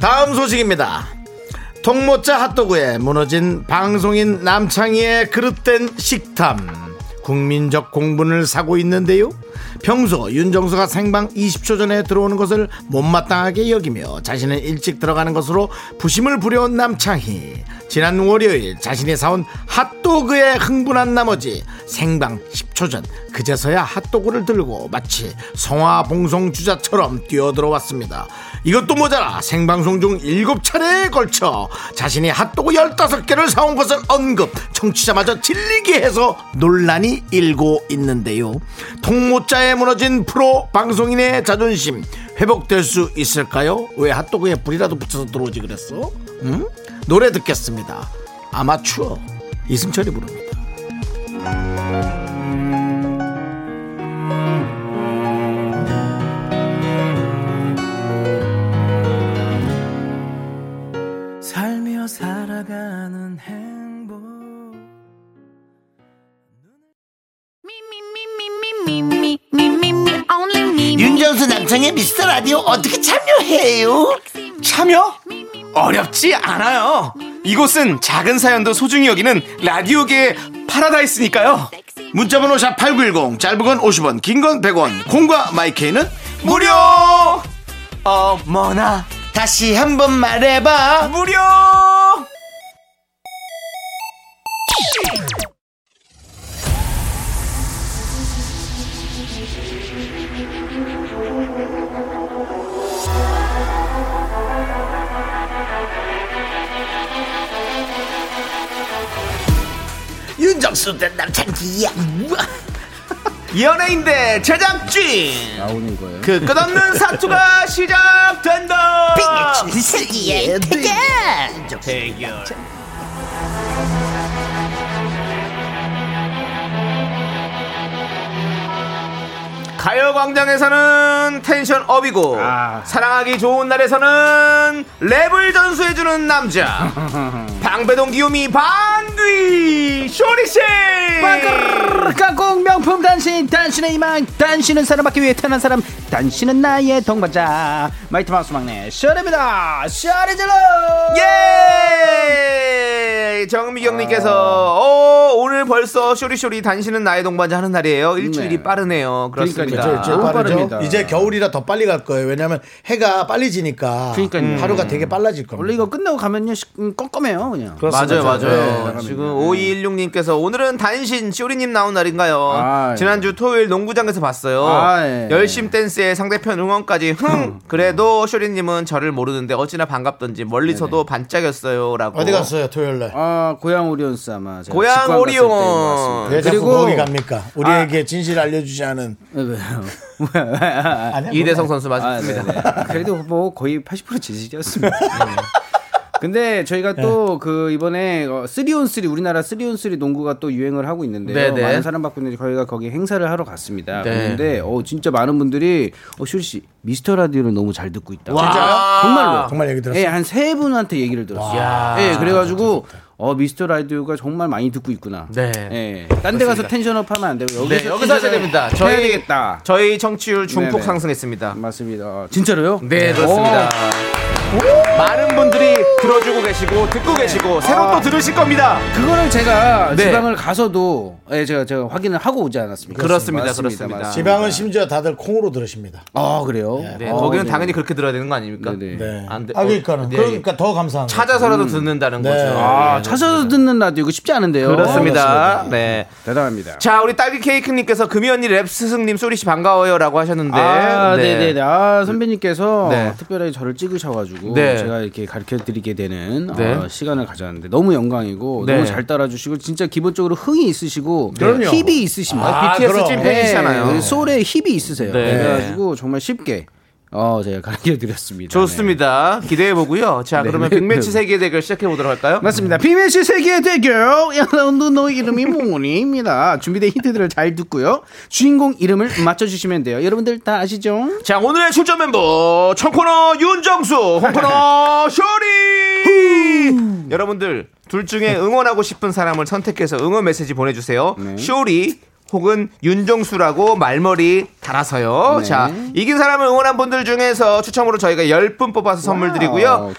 다음 소식입니다. 통모짜 핫도그에 무너진 방송인 남창희의 그릇된 식탐. 국민적 공분을 사고 있는데요. 평소 윤정수가 생방 20초 전에 들어오는 것을 못마땅하게 여기며 자신은 일찍 들어가는 것으로 부심을 부려온 남창희. 지난 월요일 자신이 사온 핫도그에 흥분한 나머지 생방 10초 전 그제서야 핫도그를 들고 마치 성화봉송 주자처럼 뛰어들어왔습니다. 이것도 모자라 생방송 중 7차례에 걸쳐 자신이 핫도그 15개를 사온 것을 언급 청취자마저 질리게 해서 논란이 일고 있는데요 통모자에 무너진 프로 방송인의 자존심 회복될 수 있을까요? 왜 핫도그에 불이라도 붙여서 들어오지 그랬어? 음? 노래 듣겠습니다 아마추어 이승철이 부릅니다 윤정수 남창의 미스터 라디오 어떻게 참여해요? 참여? 어렵지 않아요. 이곳은 작은 사연도 소중히 여기는 라디오계의 파라다이스니까요. 문자번호 샵 8910 짧은 건 50원 긴 건 100원 콩과 마이케이는 무료! 어머나, 다시 한번 말해봐 무료! 윤정수 남창기야 연예인대 제작진! 나오는 거예요? 그 끝없는 사투가 시작된다! 세기의 대결 대결. 가요광장에서는 텐션 업이고 사랑하기 좋은 날에서는 랩을 전수해주는 남자 방배동 기요미 방귀 쇼리씨 까꿍 명품 단신 단신의 희망 단신은 사람받기 위해 태어난 사람 단신은 나의 동반자 마이트마우스 막내 셔입니다 셔리질러 예! 아. 정미경님께서 어, 오, 오늘 벌써 쇼리쇼리 단신은 나의 동반자 하는 날이에요 일주일이 네. 빠르네요 그렇습니다 그러니까요. 저- 저- 너무 아, 빠릅니다. 이제 겨울이라 더 빨리 갈 거예요. 왜냐하면 해가 빨리 지니까 그러니까요. 하루가 되게 빨라질 겁니다. 원래 이거 끝나고 가면요 시- 음, 껌껌해요 그냥 그렇죠. 맞아요, 맞아요. 네, 지금 5216님께서 오늘은 단신 쇼리님 나온 날인가요? 아, 예. 지난주 토요일 농구장에서 봤어요. 아, 예. 열심 댄스에 상대편 응원까지 흥! 그래도 쇼리님은 저를 모르는데 어찌나 반갑던지 멀리서도 반짝였어요. 라고. 어디 갔어요 토요일 날? 아 고향 오리온스 아마 제가 고향 직관 갔을 오리온. 때인 것 같습니다. 왜 자꾸 그리고- 거기 갑니까? 우리에게 진실 알려주지 않은 왜요? 아니야, 이대성 선수 아, 맞습니다. 네네. 그래도 뭐 거의 80% 지지였습니다. 네. 근데 저희가 또 네. 그 이번에 3온3 우리나라 3온3 농구가 또 유행을 하고 있는데요. 네네. 많은 사랑받고 있는데 저희가 거기 행사를 하러 갔습니다. 네. 그런데 어 진짜 많은 분들이 어 슈리 씨 미스터 라디오를 너무 잘 듣고 있다. 진짜요? 아, 정말로. 정말 얘기 들었어요? 예, 한 세 분한테 얘기를 들었어요. 예, 그래 가지고 어 미스터 라디오가 정말 많이 듣고 있구나. 네. 예. 딴 데 가서 텐션업 하면 안 되고 여기서 네, 여기서 하셔야 됩니다. 저희, 저희 되겠다. 저희 청취율 중폭 네네. 상승했습니다. 맞습니다. 어, 진짜로요? 네, 그렇습니다. 많은 분들이 들어주고 계시고, 듣고 계시고, 새로 또 들으실 겁니다. 오, 그거를 제가 네. 지방을 가서도 예, 제가 제가 확인을 하고 오지 않았습니까? 그렇습니다, 맞습니다, 그렇습니다. 맞습니다. 지방은 심지어 다들 콩으로 들으십니다. 아 그래요? 네, 아, 거기는 네. 당연히 그렇게 들어야 되는 거 아닙니까? 네네. 네. 안 돼. 아 그러니까 어, 는 네. 그러니까 더 감사한 거죠. 찾아서라도 듣는다는 네. 거죠. 아 예. 찾아서 듣는 라디오 이거 쉽지 않은데요. 그렇습니다. 네. 대단합니다. 자, 우리 딸기 케이크님께서 금이 언니 랩 스승님 소리 씨 반가워요라고 하셨는데. 아, 네. 네네 아, 선배님께서 네. 특별하게 저를 찍으셔가지고 네. 제가 이렇게 가르쳐 드리게 되는 네. 어, 시간을 가졌는데 너무 영광이고 네. 너무 잘 따라주시고 진짜 기본적으로 흥이 있으시고 그럼요. 힙이 아, 있으십니다. BTS 그럼. 찐팬이시잖아요. 네, 소울에 힙이 있으세요. 네. 그래가지고 정말 쉽게 어, 제가 가르쳐 드렸습니다. 좋습니다. 기대해 보고요. 자, 네. 그러면 빅매치 세계 대결 시작해 보도록 할까요? 네. 맞습니다. 비메시 세계 대결 야라운드 너 이름이 뭐니입니다. 준비된 힌트들을 잘 듣고요. 주인공 이름을 맞춰주시면 돼요. 여러분들 다 아시죠? 자, 오늘의 출전 멤버 청코너 윤정수, 홍코너 쇼리. 여러분들 둘 중에 응원하고 싶은 사람을 선택해서 응원 메시지 보내주세요. 쇼리 혹은 윤정수라고 말머리 달아서요. 네. 자, 이긴 사람을 응원한 분들 중에서 추첨으로 저희가 10분 뽑아서 선물 드리고요. 와우.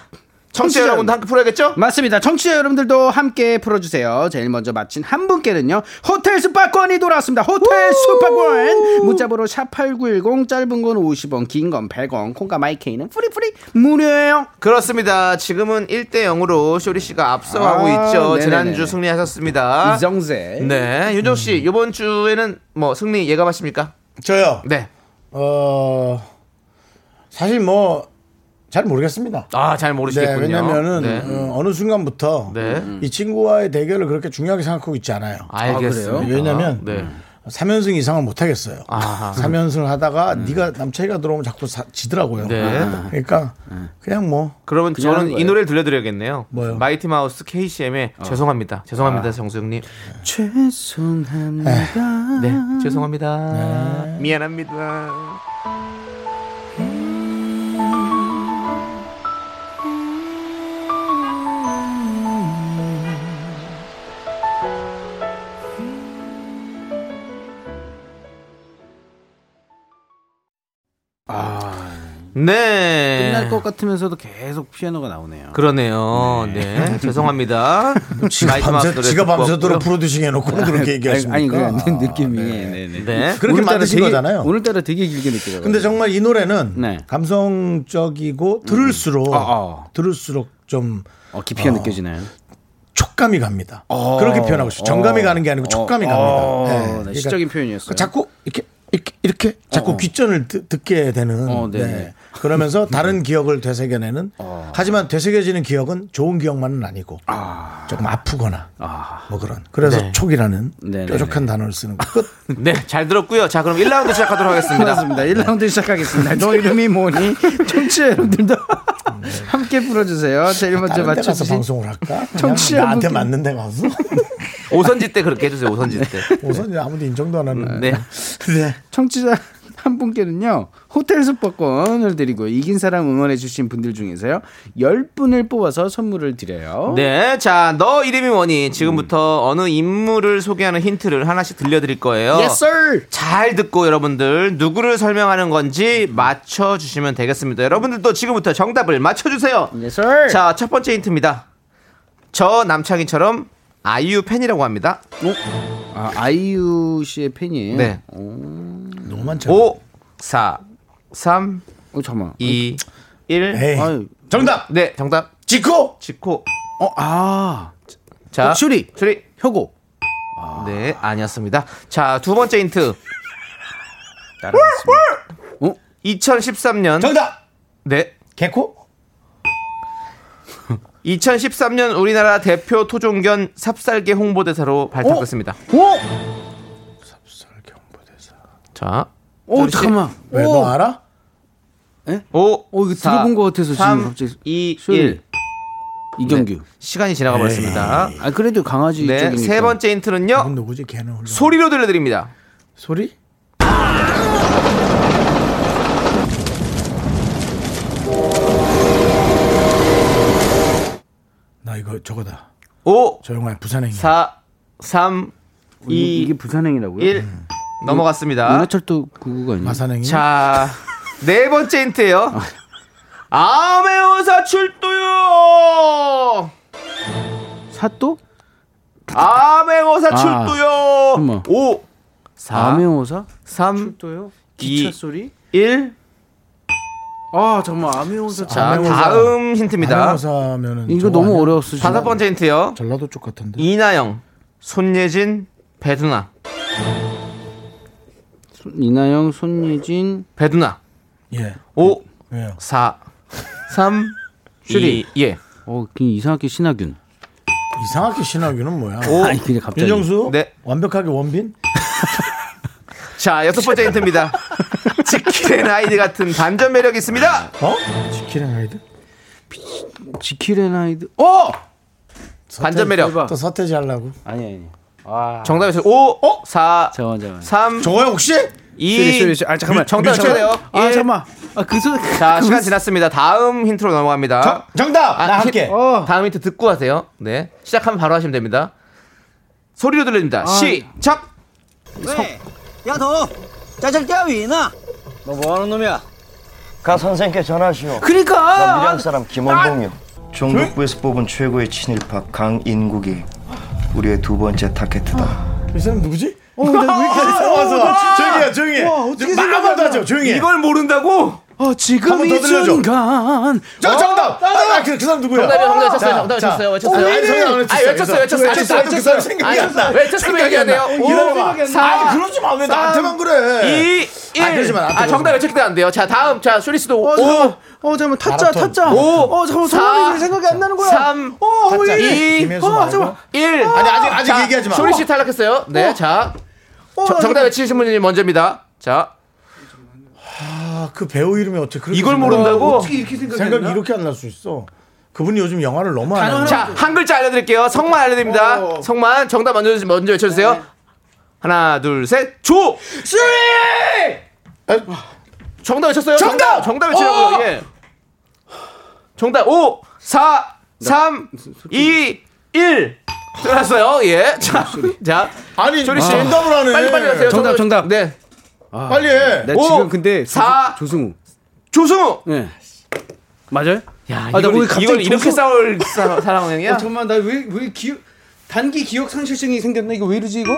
청취자 음. 여러분도 함께 풀어야겠죠? 맞습니다. 청취자 여러분들도 함께 풀어주세요. 제일 먼저 마친 한 분께는요. 호텔 숙박권이 돌아왔습니다. 호텔 숙박권. 문자번호 샵8910 짧은 건 50원 긴 건 100원 콩과 마이케이는 프리프리 무료예요. 그렇습니다. 지금은 1대 0으로 쇼리 씨가 앞서가고 아, 있죠. 네네네. 지난주 아. 승리하셨습니다. 이정재. 네, 윤정 씨 이번 주에는 뭐 승리 예감하십니까? 저요. 네. 어 사실 뭐 잘 모르겠습니다. 아, 잘 네, 모르시겠군요. 왜냐면은 네. 어, 느 순간부터 네. 이 친구와의 대결을 그렇게 중요하게 생각하고 있지 않아요. 알겠어요. 왜냐면 네. 3연승 이상은 못 하겠어요. 아하. 음. 3연승 하다가 네가 남차이가 들어오면 자꾸 사- 지더라고요. 네. 그러니까 그냥 뭐 그러면 하는 저는 이 거예요. 노래를 들려드려야겠네요. 뭐요? 어. 아. 마이티 마우스 KCM의 죄송합니다. 죄송합니다, 정수영님. 죄송합니다. 네, 죄송합니다. 미안합니다. 네. 끝날 것 같으면서도 계속 피아노가 나오네요. 그러네요. 네. 죄송합니다. 지가 밤새, 지가 밤새도록 프로듀싱 해놓고 그렇게 얘기하십니까? 아니, 아니 그 느낌이. 네, 네. 네. 그렇게 오늘따라 만드신 되게- 거잖아요. 오늘따라 되게 길게 느껴요. 근데 정말 이 노래는 네. 감성적이고 음. 들을수록 아, 아. 들을수록 좀 어, 깊이가 느껴지나요? 촉감이 갑니다. 그렇게 표현하고 싶어요. 정감이 가는 게 아니고 촉감이 어, 갑니다. 어, 예. 네, 그러니까 시적인 표현이었어요. 자꾸 이렇게 이렇게, 이렇게 자꾸 귀전을 듣- 듣게 되는. 어, 네, 네. 어. 네. 그러면서 다른 기억을 되새겨내는. 하지만 되새겨지는 기억은 좋은 기억만은 아니고 조금 아프거나 뭐 그런. 그래서 촉이라는 네, 네, 뾰족한 단어를 쓰는 것. 끝. 네. 잘 들었고요. 자, 그럼 1라운드 시작하도록 하겠습니다. 맞습니다. 1라운드 시작하겠습니다. 너 이름이 뭐니? 청취자 여러분들도 함께 불러주세요. 제일 먼저 다른 데 가서 맞춰주신 방송을 할까? 그냥 청취자 나한테 분들. 네. 맞는 데 가서. 오선지 때 그렇게 해주세요. 오선지 때. 우선 아무도 인정도 안 하는. 네. 청취자 한 분께는요. 호텔 숙박권을 드리고 이긴 사람 응원해주신 분들 중에서요. 10분을 뽑아서 선물을 드려요. 네. 자, 너 이름이 뭐니? 지금부터 어느 인물을 소개하는 힌트를 하나씩 들려드릴 거예요. Yes, sir! 잘 듣고 여러분들 누구를 설명하는 건지 맞춰주시면 되겠습니다. 여러분들도 지금부터 정답을 맞춰주세요. 네, Yes, sir! 자, 첫 번째 힌트입니다. 저 남창희처럼 아이유 팬이라고 합니다. 아, 아이유 씨의 팬이에요? 네. 너무 많죠. 5, 4, 3, 어, 잠깐만. 2, 1. 에이. 아유. 정답. 네, 정답. 지코. 지코. 어, 아. 자, 어, 슈리. 슈리. 효고. 네, 아니었습니다. 자, 두 번째 힌트. 어? 2013년. 정답. 네. 개코. 2013년 우리나라 대표 토종견 삽살개 홍보대사로 발탁됐습니다. 오! 자, 오, 어, 잠깐만. 왜 너 알아? 5, 어, 이거 들어본 것 같아서 지금 3, 갑자기 2, 슈리. 1. 이경규. 시간이 지나가 버렸습니다. 네. 아, 그래도 강아지 네, 쪽이니까. 세 번째 힌트는요. 그건 누구지? 걔는 훌륭. 소리로 들려드립니다. 소리? 나 이거 저거다. 5, 저 영화의 부산행. 4, 3, 어, 이, 2, 이게 부산행이라고요? 1. 넘어갔습니다. 문화철도 구구가 아니에요? 마산행. 자, 네 번째 힌트예요. 아메오사 출두요! 사또? 아메오사 아, 출두요! 어머. 5, 4, 아메오사? 3, 또요? 이. 기차 소리? 1. 아 정말 아메오사 자, 아메오사. 다음 힌트입니다. 사면은 이거 너무 어려웠어. 다섯 번째 힌트요. 전라도 쪽 같은데. 이나영, 손예진, 배두나. 이나영, 손예진, 배두나. 예. 5, 왜요? 4, 3, 슈리. 2, 예. 어 그냥 이상하게 신하균. 이상하게 신하균은 뭐야? 아니 그냥 갑자기. 윤정수? 네. 완벽하게 원빈? 자, 여섯 번째 힌트입니다. 치킨의 나이드 같은 반전 매력이 있습니다. 어? 지키는 아이들? 지킬앤하이드. 어! 반전 매력. 또 서태지 하려고. 아니 아니. 정답이죠. 어? 5, 4, 잠깐만 잠깐만. 3, 저거야 혹시? 2, 예, 아 잠깐만. 정답 쳐야 돼요. 예. 아 일. 잠깐만. 아그 소리. 자, 시간 지났습니다. 다음 힌트로 넘어갑니다. 정답. 아, 나 힌- 함께. 어. 다음 힌트 듣고 하세요. 네. 시작하면 바로 하시면 됩니다. 소리로 아. 들립니다. 시작! 그러니까. 아! 미량 사람 김원봉이요. 종북부에서 뽑은 최고의 친일파 강인국이 우리의 두 번째 타겟이다. 이 사람 누구지? 어, 와서 조용히 해, 조용히 해. 말아봐도 하죠, 조용히 해. 이걸 모른다고? 어 한번 지금 더 이 들려줘. 순간. 어, 저 정답. 아, 그, 그 사람 누구야? 정답이에요, 정답 자, 쳤어요, 정답 자. 쳤어요, 외쳤어요. 어, 아니, 정답 안 아니, 외쳤어. 외쳤어요, 외쳤어요, 외쳤어, 외쳤어요. 외쳤어요. 그 생각이 안 나. 아니, 외쳤으면 생각이 안 얘기해야 나. 돼요. 오, 기다려봐. 사, 아니, 그러지 마. 왜 나한테만 그래? 2, 1. 아, 그러지 마, 나한테 아, 정답 그러지 마. 외쳤기도 안 돼요. 자, 다음. 자, 쇼리스도 어 5, 잠깐만. 어 잠깐만 타짜 마라톤. 타짜. 오, 어 잠깐만 사, 소리 생각이 안 나는 거야. 3, 어, 타짜. 왜 이래? 이, 김혜수 어, 말고. 잠깐만. 1. 아니, 아직- 아직 얘기하지 마. 쇼리 씨 탈락했어요. 네, 자. 어, 저- 정답 외치신 분이 먼저입니다. 자, 아, 그 배우 이름이 어떻게 그렇게 이걸 생각나? 모른다고? 어떻게 이렇게 생각이 안 생각이 나? 이렇게 안 날 수 있어. 그분이 요즘 영화를 너무 안 하는 자, 한 글자 알려드릴게요. 성만 알려드립니다. 어. 성만 정답 먼저, 먼저 외쳐주세요. 네. 하나, 둘, 셋, 조! 정답 외쳤어요? 정답! 정답 어! 외치라고요, 예. 정답 5, 4, 3, 2, 1. 들어났어요, 예. 자, 자. 아니, 조리 씨. 정답을 하네. 빨리빨리 하세요. 정답, 정답. 네. 아, 빨리 해. 나 오, 지금 근데 조승- 사. 조승우. 조승우. 네. 맞아요? 야, 이걸, 이걸 이렇게 싸울 사- 상황이야? 어, 잠깐만 나 왜 왜 기억 단기 기억 상실증이 생겼나 이거 왜 이러지 이거?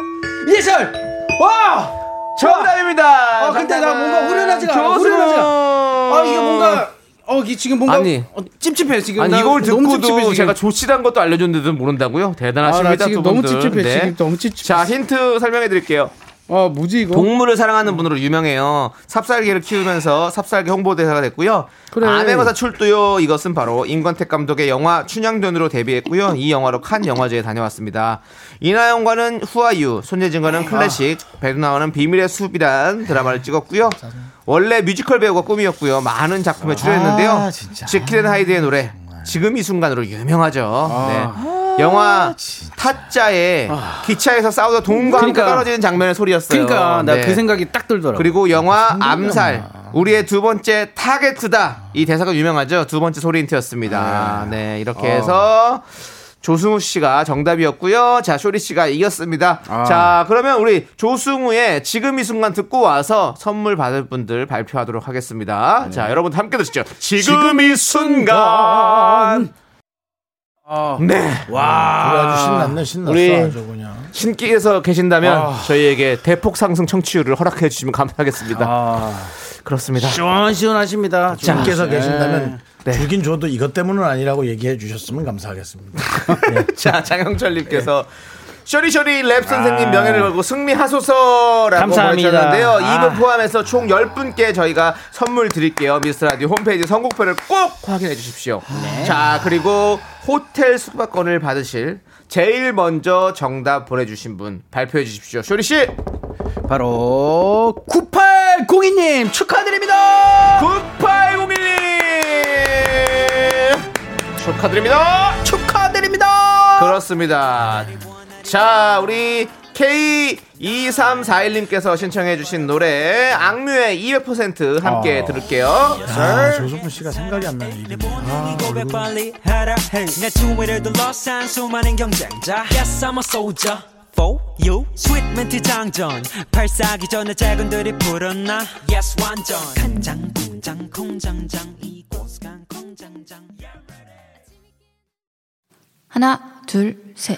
예절. 와! 정답입니다. 아 근데 나 정답은 뭔가 후련하지가 않아. 조승우. 후련하지가 않아. 아 이게 뭔가 어 이게 지금 뭔가 아니. 어, 찝찝해 지금. 아니 나 이걸 너무 듣고도 찝찝해, 지금. 제가 조치단 것도 알려줬는데도 모른다고요? 아, 나 대단하십니다 지금 두 분들. 네. 너무 찝찝해, 지금 너무 찝찝해. 자 힌트 설명해드릴게요. 아 뭐지 이거? 동물을 사랑하는 분으로 유명해요. 삽살개를 키우면서 삽살개 홍보대사가 됐고요. 그래. 아메거사 출두요. 이것은 바로 임권택 감독의 영화 춘향전으로 데뷔했고요. 이 영화로 칸 영화제에 다녀왔습니다. 이나영과는 후아유, 손예진과는 클래식, 아. 배두나와는 비밀의 숲이란 드라마를 찍었고요. 원래 뮤지컬 배우가 꿈이었고요. 많은 아, 작품에 출연했는데요. 지킬앤 하이드의 노래 지금 이 순간으로 유명하죠. 아. 네. 영화 타짜의 기차에서 싸우다 동과 함께 그러니까. 떨어지는 장면의 소리였어요. 그러니까 나 네. 그 생각이 딱 들더라고. 그리고 영화 암살 우리의 두 번째 타겟이다 이 대사가 유명하죠 두 번째 소리 힌트였습니다 네 이렇게 해서 조승우 씨가 정답이었고요 자 쇼리 씨가 이겼습니다 자 그러면 우리 조승우의 지금 이 순간 듣고 와서 선물 받을 분들 발표하도록 하겠습니다 자 여러분 함께 들으시죠 네. 지금 이 순간 네 아주 신났네 신났어 우리 아주 그냥. 신기에서 계신다면 저희에게 대폭 상승 청취율을 허락해 주시면 감사하겠습니다. 그렇습니다. 시원시원하십니다. 뭐 분께서 계신다면 주긴 줘도 이것 때문은 아니라고 얘기해 주셨으면 감사하겠습니다. 자, 장영철님께서 예. 쇼리쇼리 랩 선생님 명예를 걸고 승리하소서라고 감사합니다. 보내주셨는데요. 아. 이분 포함해서 총 10분께 저희가 선물 드릴게요. 미스터라디오 홈페이지 선곡표를 꼭 확인해 주십시오. 네. 자, 그리고 호텔 숙박권을 받으실 제일 먼저 정답 보내주신 분 발표해 주십시오. 쇼리씨! 바로 어, 9802님 축하드립니다. 9801님! 축하드립니다! 축하드립니다. 그렇습니다. 자, 우리 K2341님께서 신청해주신 노래, 악뮤의 200% 함께 들을게요. 아, 조승우 씨가 생각이 안 나네. 이름이. 아, 빨리 해라 hey. 내 주위를 둘러싼 수많은 경쟁자 Yes I'm a soldier For you Sweet 멘트 장전 발사기 전에 재근들이 불었나 Yes 완전 간장 공장 콩장장 이곳 간 콩장장 하나, 둘, 셋.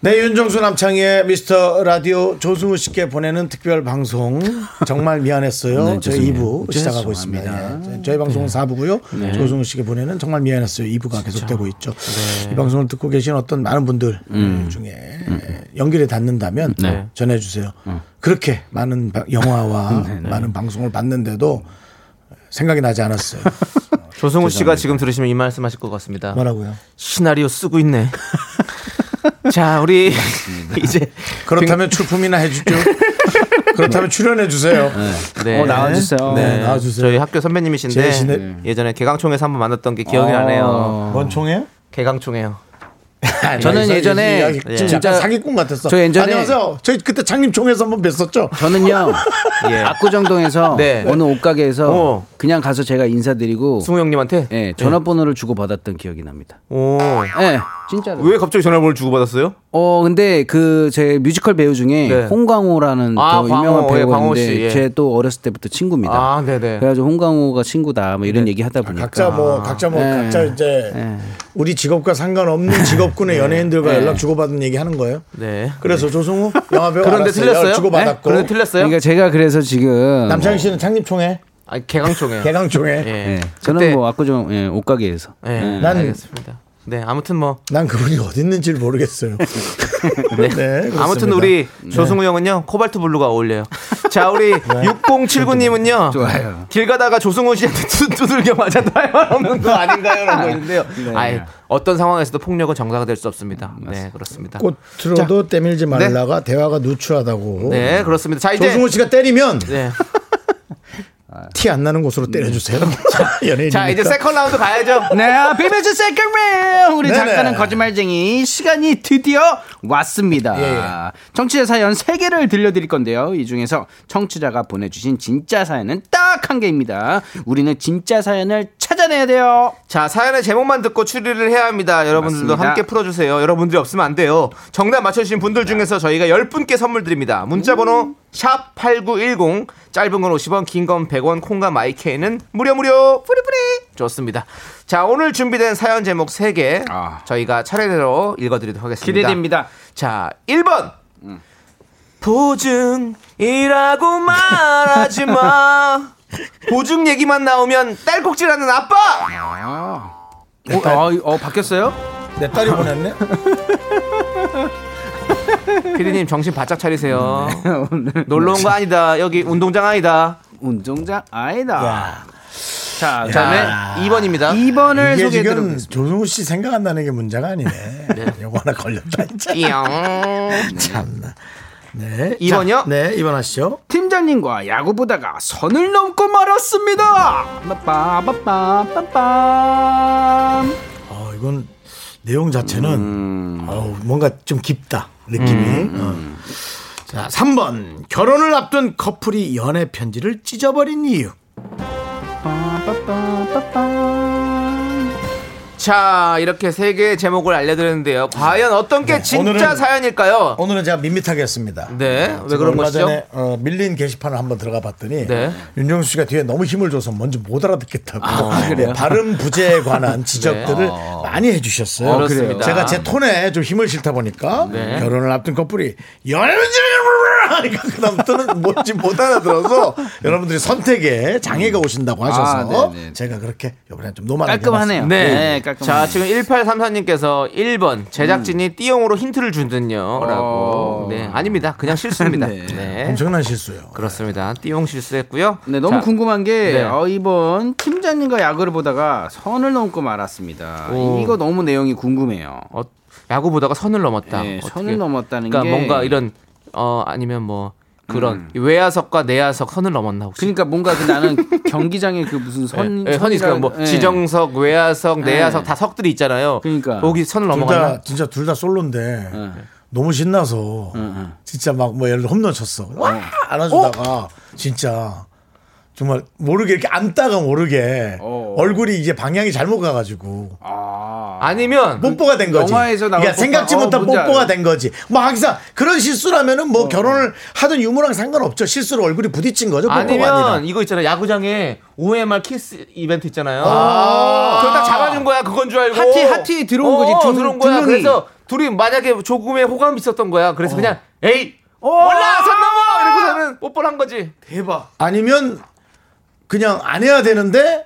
네 윤정수 남창희의 미스터 라디오 조승우 씨께 보내는 특별 방송 정말 미안했어요 네, 저희 죄송해요. 2부 시작하고 있습니다 예. 저희 방송은 4부고요 네. 조승우 씨께 보내는 정말 미안했어요 2부가 계속되고 있죠 네. 이 방송을 듣고 계신 어떤 많은 분들 중에 연결이 닿는다면 음. 네. 전해주세요 그렇게 많은 바- 영화와 네. 많은 방송을 봤는데도 생각이 나지 않았어요 조승우 씨가 지금 들으시면 이 말씀 하실 것 같습니다. 뭐라고요 시나리오 쓰고 있네. 자, 우리 이제. 그렇다면 출품이나 해주죠. 그렇다면 출연해 주세요. 네. 어, 나와주세요. 네, 나와주세요. 저희 학교 선배님이신데 제 음, 신을- 예전에 개강총에서 한번 만났던 게 기억이 나네요. 뭔 총에? 개강총에요. 어. 아, 저는 네. 예전에 진짜 진짜- 사기꾼 같았어. 저 예전에- 안녕하세요. 저희 그때 장님 총에서 한번 뵀었죠. 저는요 예. 압구정동에서 네. 어느 옷가게에서 어. 그냥 가서 제가 인사드리고 승우 형님한테. 예, 전화번호를 주고 받았던 기억이 납니다. 오. 예, 진짜로. 왜 갑자기 전화번호를 주고받았어요? 어 근데 그 제 뮤지컬 배우 중에 네. 홍광호라는 아, 또 광호, 유명한 예, 배우가 광호 씨, 있는데 예. 제 또 어렸을 때부터 친구입니다. 아, 네. 네네. 그래가지고 홍광호가 친구다 뭐 이런 얘기 하다 보니까 각자 뭐 각자 뭐 네. 각자 이제 우리 직업과 상관없는 직업군의 연예인들과 연락 주고받은 얘기 하는 거예요. 네. 그래서 조승우 영화배우 그런데 알았어요. 틀렸어요? 네? 연락 주고받았고 그런데 틀렸어요? 그러니까 제가 그래서 지금 남창희 씨는 장님 총에 아, 개강총이에요. 개강 총에 예. 예, 저는 그때- 뭐 압구정 예, 옷가게에서 예. 예. 난- 알겠습니다. 네, 아무튼 뭐 난 그분이 어디 있는지를 모르겠어요. 네. 그렇습니다. 아무튼 우리 조승우 형은요 코발트 블루가 어울려요. 자 우리 6079님은요 좋아요. 길 가다가 조승우 씨한테 두- 두들겨 맞아도 할 말 없는 거 아닌가요라고 했는데요. 아이, 어떤 상황에서도 폭력은 정상화 될 수 없습니다. 네 그렇습니다. 꽃으로도 때밀지 말라가 대화가 누추하다고. 네 그렇습니다. 자 이제 조승우 씨가 때리면 네. 티 안 나는 곳으로 때려주세요. 연예인. 자, 이제 세컨 라운드 가야죠. 네, 아, 비밀즈 세컨 라운드. 우리 네네. 작가는 거짓말쟁이 시간이 드디어 왔습니다. 예, 청취자 사연 3개를 들려드릴 건데요. 이 중에서 청취자가 보내주신 진짜 사연은 딱 한 개입니다. 우리는 진짜 사연을 찾아내야 돼요. 자, 사연의 제목만 듣고 추리를 해야 합니다. 여러분들도 맞습니다. 함께 풀어주세요. 여러분들이 없으면 안 돼요. 정답 맞춰주신 분들 네. 중에서 저희가 10분께 선물 드립니다. 문자번호 음. 샵 8910, 짧은 건 50원, 긴 건 100원, 콩과 마이케이는 무료 무료 뿌리뿌리 좋습니다. 자, 오늘 준비된 사연 제목 3개 저희가 차례대로 읽어드리도록 하겠습니다. 아. 기대됩니다. 음. 자, 1번 보증이라고 말하지 마. 보증 얘기만 나오면 딸꾹질하는 아빠. 어, 아, 어, 어, 바뀌었어요? 내 딸이 보냈네? 피디님 정신 바짝 차리세요. 음, 네. 놀러 온 거 아니다. 여기 운동장 아니다. 운동장 아니다. 자, 그 다음에 아. 2번입니다. 2번을 이게 소개해드리고 지금 조승우 씨 생각한다는 게 문제가 아니네. 요거 하나 걸렸다. 진짜. 참나. 네. 이번이요? 자, 네, 2번 하시죠. 팀장님과 야구 보다가 선을 넘고 말았습니다. 아, 빠빠빠빠빠빰. 어, 이건 내용 자체는 어우, 뭔가 좀 깊다. 느낌이. 어. 음, 자, 3번. 결혼을 앞둔 커플이 연애 편지를 찢어버린 이유. 자 이렇게 세 개의 제목을 알려드렸는데요. 과연 어떤 네, 게 진짜 오늘은- 사연일까요? 오늘은 제가 밋밋하게 했습니다. 네, 왜 제가 그런 얼마 것이죠? 전에 어, 밀린 게시판을 한번 들어가 봤더니 네. 윤정수 씨가 뒤에 너무 힘을 줘서 뭔지 못 알아듣겠다고 아, 그래요? 네, 발음 부재에 관한 지적들을 많이 해주셨어요. 어, 그래요? 제가 제 톤에 좀 힘을 실다 보니까 네. 결혼을 앞둔 커플이 연애문제를 하니까 그다음부터는 뭔지 못 알아들어서 여러분들이 선택에 장애가 오신다고 하셔서 아, 네, 네. 제가 그렇게 이번에 좀 노만 깔끔하네요. 네. 네, 깔끔하네요. 자, 지금 1834님께서 1번 제작진이 음. 띠용으로 힌트를 어. 준든요라고. 네, 아닙니다. 그냥 실수입니다. 네. 엄청난 실수요. 그렇습니다. 띠용 실수했고요. 네, 너무 자, 궁금한 게 네. 어, 이번 팀장님과 야구를 보다가 선을 넘고 말았습니다. 오. 이거 너무 내용이 궁금해요. 어, 야구 보다가 선을 넘었다. 네, 어떻게- 선을 넘었다는 그러니까 게 음. 뭔가 이런 어 아니면 뭐 그런 외야석과 내야석 선을 넘었나 혹시? 그러니까 뭔가 그 나는 경기장에 그 무슨 선 예, 예, 선이 있어요. 뭐 예. 지정석, 외야석, 내야석 다 석들이 있잖아요. 그러니까. 거기 선을 둘 넘어갔나? 다 진짜 둘 다 솔로인데 너무 신나서 진짜 막 뭐 예를 들어 홈런 쳤어 와 안아주다가 어? 진짜 정말 모르게 이렇게 앉다가 모르게 어. 얼굴이 이제 방향이 잘못 가가지고 아니면 뽀뽀가 된 거지. 아, 그 영화에서 나올 그러니까 뽀뽀. 생각지 어, 못한 뭔지 뽀뽀가 알아요. 어. 된 거지. 뭐 항상 그런 실수라면은 뭐 결혼을 하든 유무랑 상관없죠. 실수로 얼굴이 부딪힌 거죠. 뽀뽀가 뭐 아니라. 아니면 이거 있잖아요. 야구장에 OMR 키스 이벤트 있잖아요. 아. 그걸 딱 잡아준 거야. 그건 줄 알고. 하티, 하티 들어온 거지. 어, 두- 들어온 두 거야. 명이. 어. 그래서 둘이 만약에 조금의 호감이 있었던 거야. 그래서 그냥 에이 몰라 선 넘어 이러고서는 뽀뽀를 한 거지. 대박. 아니면 그냥 안 해야 되는데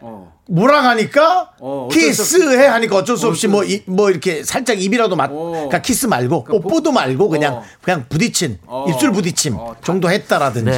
몰아가니까 키스해 하니까 어쩔 수 없이 뭐, 이, 뭐 이렇게 살짝 입이라도 맞, 그러니까 키스 말고 뽀뽀도 어. 말고 그냥 그냥 부딪힌 입술 부딪힘 정도 했다라든지.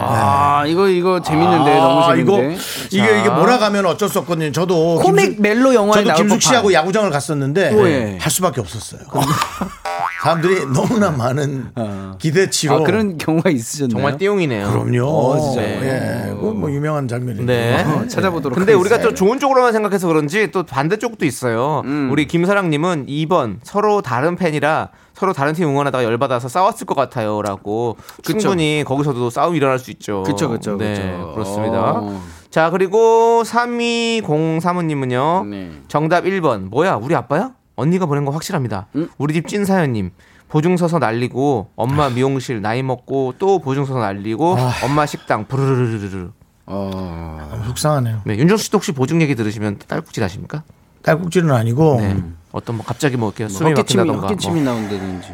아, 이거 이거 재밌는데 너무 아, 이거 재밌는데. 이게 이게 몰아가면 어쩔 수 없거든요. 저도 코믹 김숙- 멜로 영화에 저도 나올 김숙 법한. 씨하고 야구장을 갔었는데 오, 예. 할 수밖에 없었어요. 사람들이 너무나 많은 기대치로 아, 그런 경우가 있으셨나요? 정말 띠용이네요. 그럼요. 진짜요? 예. 그건 뭐 유명한 장면이죠. 네. 어, 찾아보도록 근데 우리가 또 하겠습니다. 좋은 쪽으로만 생각해서 그런지 또 반대쪽도 있어요. 음. 우리 김사랑님은 2번 서로 다른 팬이라 서로 다른 팀 응원하다가 열받아서 싸웠을 것 같아요라고 충분히 거기서도 싸움이 일어날 수 있죠. 그쵸, 그쵸, 네, 그쵸. 그렇습니다. 어. 자 그리고 3203호님은요. 네. 정답 1번 뭐야 우리 아빠야? 언니가 보낸 거 확실합니다. 음? 우리 집 찐사연님 보증서서 날리고 엄마 미용실 나이 먹고 또 보증서서 날리고 아. 엄마 식당 부르르르르. 어. 아, 속상하네요. 네, 윤정 씨도 혹시 보증 얘기 들으시면 딸꾹질 하십니까? 딸꾹질은 아니고 네. 어떤 뭐 갑자기 뭐 이렇게 숨이 헛기침이 막힌다던가. 헛기침이 뭐. 나온다든지.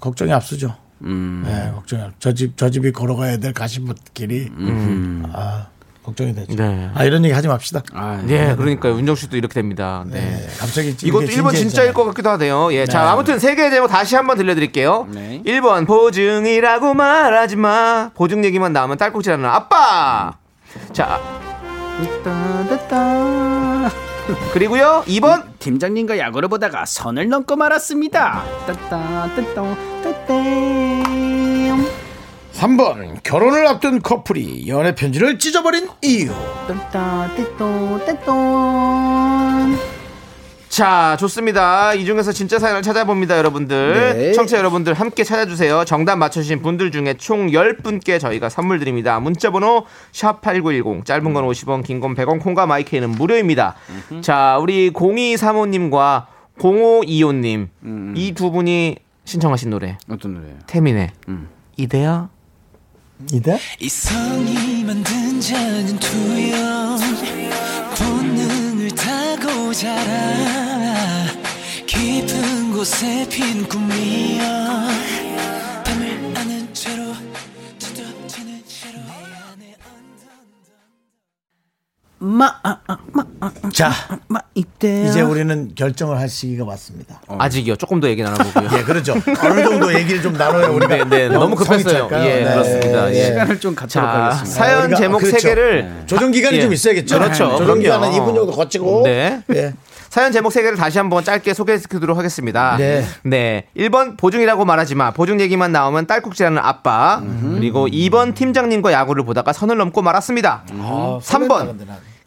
걱정이 앞서죠. 음. 네, 걱정이 앞. 저집 저 집이 걸어가야 될 가시밭길이 아 걱정이 되죠. 음. 네. 아 이런 얘기 하지 맙시다. 아, 네, 그러니까 윤정 씨도 이렇게 됩니다. 네. 네, 갑자기 이렇게 이것도 1번 진지해지잖아요. 진짜일 것 같기도 하네요. 예. 자, 아무튼 세 개의 제목 다시 한번 들려드릴게요. 네. 1번, 보증이라고 말하지 마. 보증 얘기만 나오면 딸꾹질 하는 아빠! 자, 따따따. 그리고요, 2번, 팀장님과 야구를 보다가 선을 넘고 말았습니다. 따따 따따 따따. 3번 결혼을 앞둔 커플이 연애 편지를 찢어버린 이유. 자, 좋습니다. 이 중에서 진짜 사연을 찾아봅니다, 여러분들. 네. 청취자 여러분들 함께 찾아주세요. 정답 맞춰주신 분들 중에 총 10분께 저희가 선물 드립니다. 문자번호 샵8910, 짧은 건 50원, 긴 건 100원, 콩과 마이크는 무료입니다. 자, 우리 0235님과 0525님, 음. 이 두 분이 신청하신 노래. 어떤 노래예요? 태민의 음. 이대야. 이대? 이성이 만든 자는 투영 본능을 타고 자라 깊은 곳에 핀 꿈이여 밤을 아는 채로 두드러지는 채로 자, 이제 우리는 결정을 할 시기가 왔습니다. 아직이요. 조금 더 얘기 나눠보고요. 예, 어, 그렇죠. 어느 정도 얘기를 좀 나눠야 우리가 네, 네. 너무 성이 급했어요. 찰까요? 예, 네. 그렇습니다. 예. 시간을 좀 갖도록 하겠습니다. 사연 우리가- 제목 그렇죠. 세 개를 조정 기간이 예. 좀 있어야겠죠. 네. 그렇죠. 조정 기간은 그럼요. 2분 정도 거치고 네. 예. 사연 제목 세 개를 다시 한번 짧게 소개해드리도록 하겠습니다. 네. 네. 1번 보증이라고 말하지 마. 보증 얘기만 나오면 딸꾹질하는 아빠. 그리고 2번 팀장님과 야구를 보다가 선을 넘고 말았습니다. 3번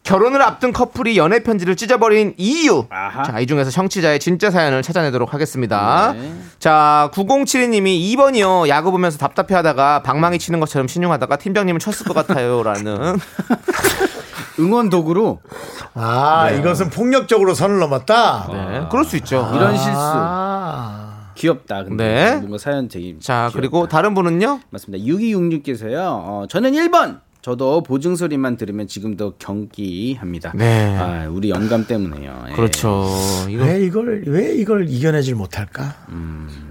결혼을 앞둔 커플이 연애 편지를 찢어버린 이유. 자, 이 중에서 청취자의 진짜 사연을 찾아내도록 하겠습니다. 네. 자, 9072님이 2번이요. 야구 보면서 답답해 하다가 방망이 치는 것처럼 신용하다가 팀장님을 쳤을 것 같아요. 라는. 응원 도구로. 아, 네. 이것은 폭력적으로 선을 넘었다. 네. 그럴 수 있죠. 이런 실수. 아. 귀엽다. 근데 네. 뭔가 사연 되게. 자, 그리고 다른 분은요? 맞습니다. 6266께서요. 어, 저는 1번. 저도 보증 소리만 들으면 지금도 경기합니다. 네. 아, 우리 영감 때문에요. 예. 그렇죠. 이거 네. 왜 이걸 왜 이걸 이겨내질 못할까?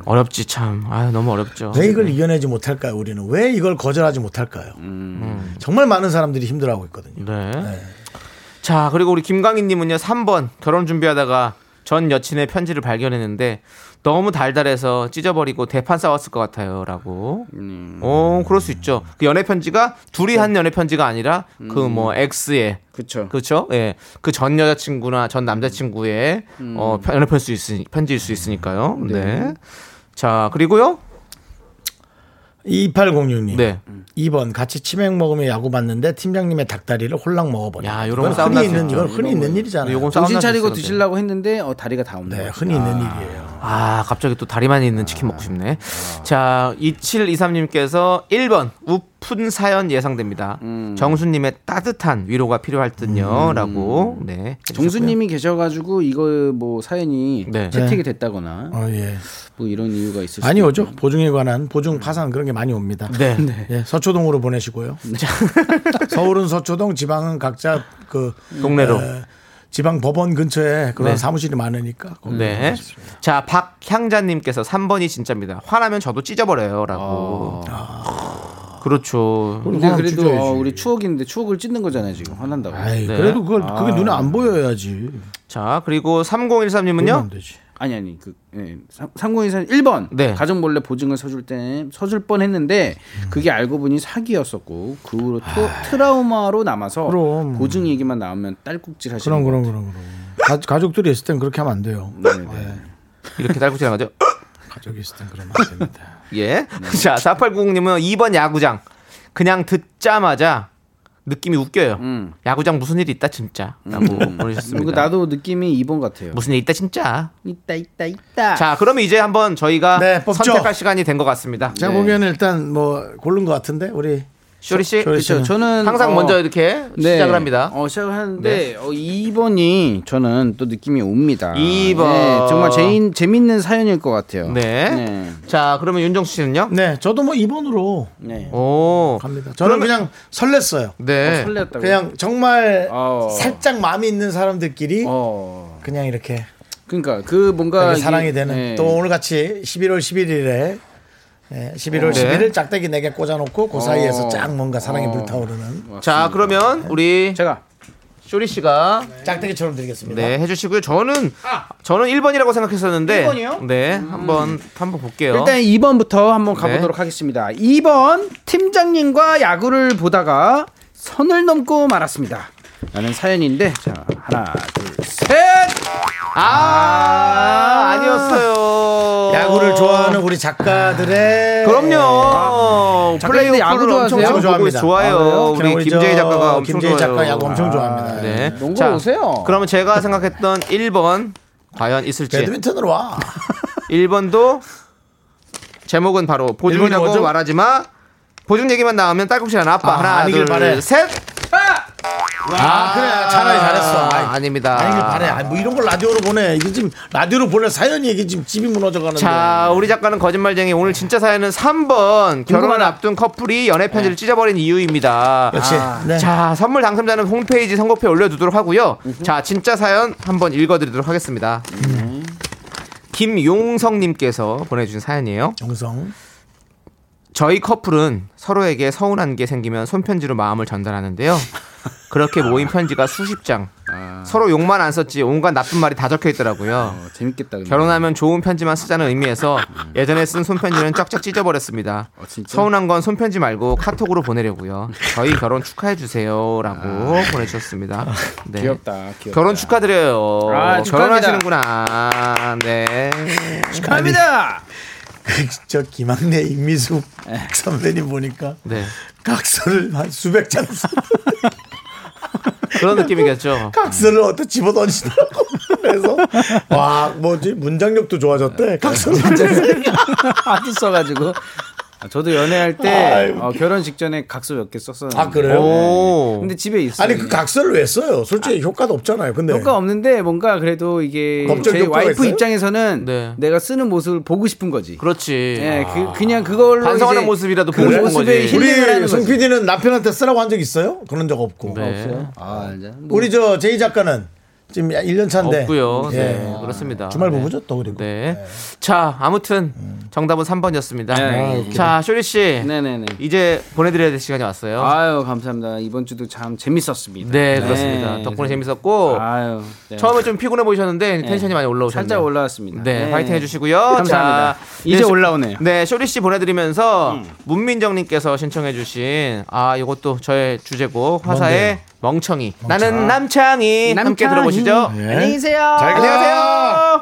어렵지 참. 아 너무 어렵죠. 네, 왜 이걸 이겨내지 못할까요? 우리는 왜 이걸 거절하지 못할까요? 음. 정말 많은 사람들이 힘들어하고 있거든요. 네. 자 그리고 우리 김광희님은요 3번 결혼 준비하다가 전 여친의 편지를 발견했는데 너무 달달해서 찢어버리고 대판 싸웠을 것 같아요라고. 음. 어 그럴 수 있죠. 그 연애 편지가 둘이 한 연애 편지가 아니라 그 뭐 X의 음. 그렇죠. 그렇죠. 예. 그 전 여자친구나 전 남자친구의 음. 어 편- 연애 편지 수 있으니 편지일 수 있으니까요. 네. 자 그리고요. 2806님. 네. 2번 같이 치맥 먹으며 야구 봤는데 팀장님의 닭다리를 홀랑 먹어버려. 야, 요런 이건 거 싸움 흔히 나죠. 있는 이건 흔히 있는 일이잖아요. 네. 요건 싸움 정신 날수 차리고 있어요, 네. 드시려고 했는데 어, 다리가 다 없는 네, 거죠. 흔히 있는 일이에요. 아, 갑자기 또 다리만 있는 치킨 먹고 싶네. 자, 2723님께서 1번, 우픈 사연 예상됩니다. 정수님의 따뜻한 위로가 필요할 듯요. 라고, 네. 해주셨고요. 정수님이 계셔가지고 이거 뭐 사연이 네. 채택이 됐다거나 어, 예. 뭐 이런 이유가 있을 많이 수도 오죠. 보증에 관한 보증 파산 그런 게 많이 옵니다. 네. 예, 서초동으로 보내시고요. 서울은 서초동, 지방은 각자 그 동네로. 어, 지방 법원 근처에 그런 네. 사무실이 많으니까. 거기 네. 자, 박향자님께서 3번이 진짜입니다. 화나면 저도 찢어버려요. 라고. 그렇죠. 근데 그건 그래도 찢어야지. 어, 우리 추억인데 추억을 찢는 거잖아요 지금 화난다고. 아이, 네. 그래도 그걸 그게 눈에 안 보여야지. 자, 그리고 그러면 3013님은요? 안 되지. 아니 아니 그 예. 상공인사 1번 네. 가정 몰래 보증을 서줄 때 서줄 뻔했는데 그게 알고 보니 사기였었고 그 후로 또 아. 트라우마로 남아서 그럼. 보증 얘기만 나오면 딸꾹질 하시는 그럼 거. 그럼 그럼 그럼. 가, 가족들이 있을 땐 그렇게 하면 안 돼요. 이렇게 달구지는 거죠? 가족이 있을 땐 그러면 안 됩니다. 예. 자, 4890님은 2번 야구장. 그냥 듣자마자 느낌이 웃겨요. 야구장 무슨 일이 있다 진짜. 라고 그리고 보내셨습니다. 음. 나도 느낌이 2번 같아요. 무슨 일 있다 진짜. 있다 있다 있다. 자, 그러면 이제 한번 저희가 네, 뽑죠. 선택할 시간이 된 것 같습니다. 제가 보기에는 일단 뭐 고른 것 같은데 우리 쇼리 씨. 쇼리 그렇죠. 씨는. 저는 항상 어, 먼저 이렇게 네. 시작을 합니다. 네. 어, 시작을 하는데 어, 2번이 저는 또 느낌이 옵니다. 네, 이 번. 정말 제인, 재밌는 사연일 것 같아요. 네. 네. 자, 그러면 윤정수 씨는요? 네, 저도 뭐 2번으로 네. 오. 갑니다. 저는 그냥 설렜어요. 네. 설레었다고. 그냥 정말 어. 살짝 마음이 있는 사람들끼리 어. 그냥 이렇게 그러니까 그 뭔가 되게 사랑이 이게- 되는 네. 또 오늘 같이 11월 11일에 11월 네. 11일 짝대기 내게 꽂아놓고 그 사이에서 쫙 뭔가 사랑이 어. 불타오르는 자, 그러면 우리 제가 쇼리 씨가 짝대기처럼 드리겠습니다. 네, 해 주시고요. 저는 저는 1번이라고 생각했었는데 1번이요? 네, 한번 한번 볼게요. 일단 2번부터 한번 네. 가보도록 하겠습니다. 2번 팀장님과 야구를 보다가 선을 넘고 말았습니다. 라는 사연인데 자 하나 둘셋 아, 아니었어요. 야구를 좋아하는 우리 작가들의 그럼요. 어, 플레이오프를 엄청 지금 보고 있- 좋아해요. 우리 김재희 작가가 엄청 김재희 작가 좋아해요. 야구 엄청 아, 좋아합니다. 네. 농구 자, 오세요. 그러면 제가 생각했던 1번 과연 있을지. 배드민턴으로 와. 1번도 제목은 바로 일본이 보증이라고 뭐죠? 말하지 마. 보증 얘기만 나오면 딸꾹질 안 아빠. 아, 하나, 아니길 둘, 바래. 셋. 아, 그래. 차라리 잘했어. 아이, 아, 닙니다 아니, 이거 바래. 아니, 뭐 이런 걸 라디오로 보내. 이게 지금 라디오로 보내 사연이 이게 지금 집이 무너져 가는데. 자, 우리 작가는 거짓말쟁이. 오늘 진짜 사연은 3번. 결혼을 궁금하다. 앞둔 커플이 연애 편지를 찢어버린 이유입니다. 네. 역시. 아. 네. 자, 선물 당첨자는 홈페이지 선거표에 올려두도록 하고요. 자, 진짜 사연 한번 읽어드리도록 하겠습니다. 네. 김용성님께서 보내주신 사연이에요. 용성. 저희 커플은 서로에게 서운한 게 생기면 손편지로 마음을 전달하는데요. 그렇게 모인 편지가 수십 장. 아. 서로 욕만 안 썼지 온갖 나쁜 말이 다 적혀 있더라고요. 어, 재밌겠다. 근데. 음. 결혼하면 좋은 편지만 쓰자는 의미에서 예전에 쓴 손편지는 쫙쫙 찢어버렸습니다. 서운한 건 손편지 말고 카톡으로 보내려고요. 저희 결혼 축하해 주세요라고 보내주셨습니다. 네. 아. 귀엽다, 귀엽다. 결혼 축하드려요. 아, 축하합니다. 결혼하시는구나. 네. 축하합니다. 저 김학래 임미숙 선배님 보니까 네. 각서를 한 수백 장 쓰- 그런 느낌이겠죠. 각서를 어떻게 집어 던지더라고. 그래서 와 뭐지 문장력도 좋아졌대. 각서를 문제 아주 써가지고. 아, 저도 연애할 때 아이고. 어, 결혼 직전에 각서 몇 개 썼었는데. 아 그래요? 네. 근데 집에 있어요. 아니 그 각서를 왜 써요? 솔직히 효과도 없잖아요. 근데 효과 없는데 뭔가 그래도 이게 법적 제 효과가 와이프 있어요? 입장에서는 네. 내가 쓰는 모습을 보고 싶은 거지. 그렇지. 아, 예, 그, 그냥 그걸로 반성하는 이제 모습이라도 뭐, 예. 그 보고 싶은 모습에 거지. 네. 힐링을 하는 우리 거지. 송 PD는 남편한테 쓰라고 한 적 있어요? 그런 적 없고. 없어요. 아, 이제 뭐 우리 저 제이 작가는 지금 1년 차인데 없고요. 예. 네, 그렇습니다. 주말 네. 부부죠 또 그리고. 네. 자, 아무튼 정답은 3번이었습니다. 음. 네. 자, 쇼리 씨. 이제 보내드려야 될 시간이 왔어요. 아유 감사합니다. 이번 주도 참 재밌었습니다. 네, 그렇습니다. 덕분에 재밌었고 아유, 네. 처음에 좀 피곤해 보이셨는데 텐션이 네. 많이 올라오셨네요. 살짝 올라왔습니다. 네, 네. 파이팅 해주시고요. 감사합니다. 이제 네, 쇼- 올라오네요. 음. 네, 쇼리 씨 보내드리면서 문민정님께서 신청해주신 아 이것도 저의 주제곡 화사의 멍청이. 나는 남창이 함께 남창이. 들어보시죠. 예. 안녕히 계세요. 잘 가. 안녕하세요.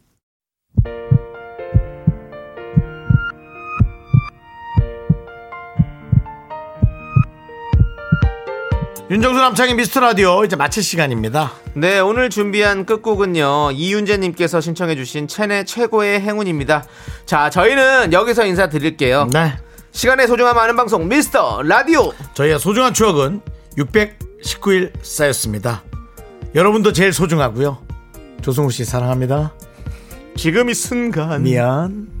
윤정수 남창의 미스터 라디오 이제 마칠 시간입니다. 네, 오늘 준비한 끝곡은요. 이윤재님께서 신청해주신 첸의 최고의 행운입니다. 자, 저희는 여기서 인사드릴게요. 네. 시간의 소중함 아는 방송 미스터 라디오. 저희의 소중한 추억은 619일 쌓였습니다. 여러분도 제일 소중하고요. 조승우 씨 사랑합니다. 지금 이 순간 미안.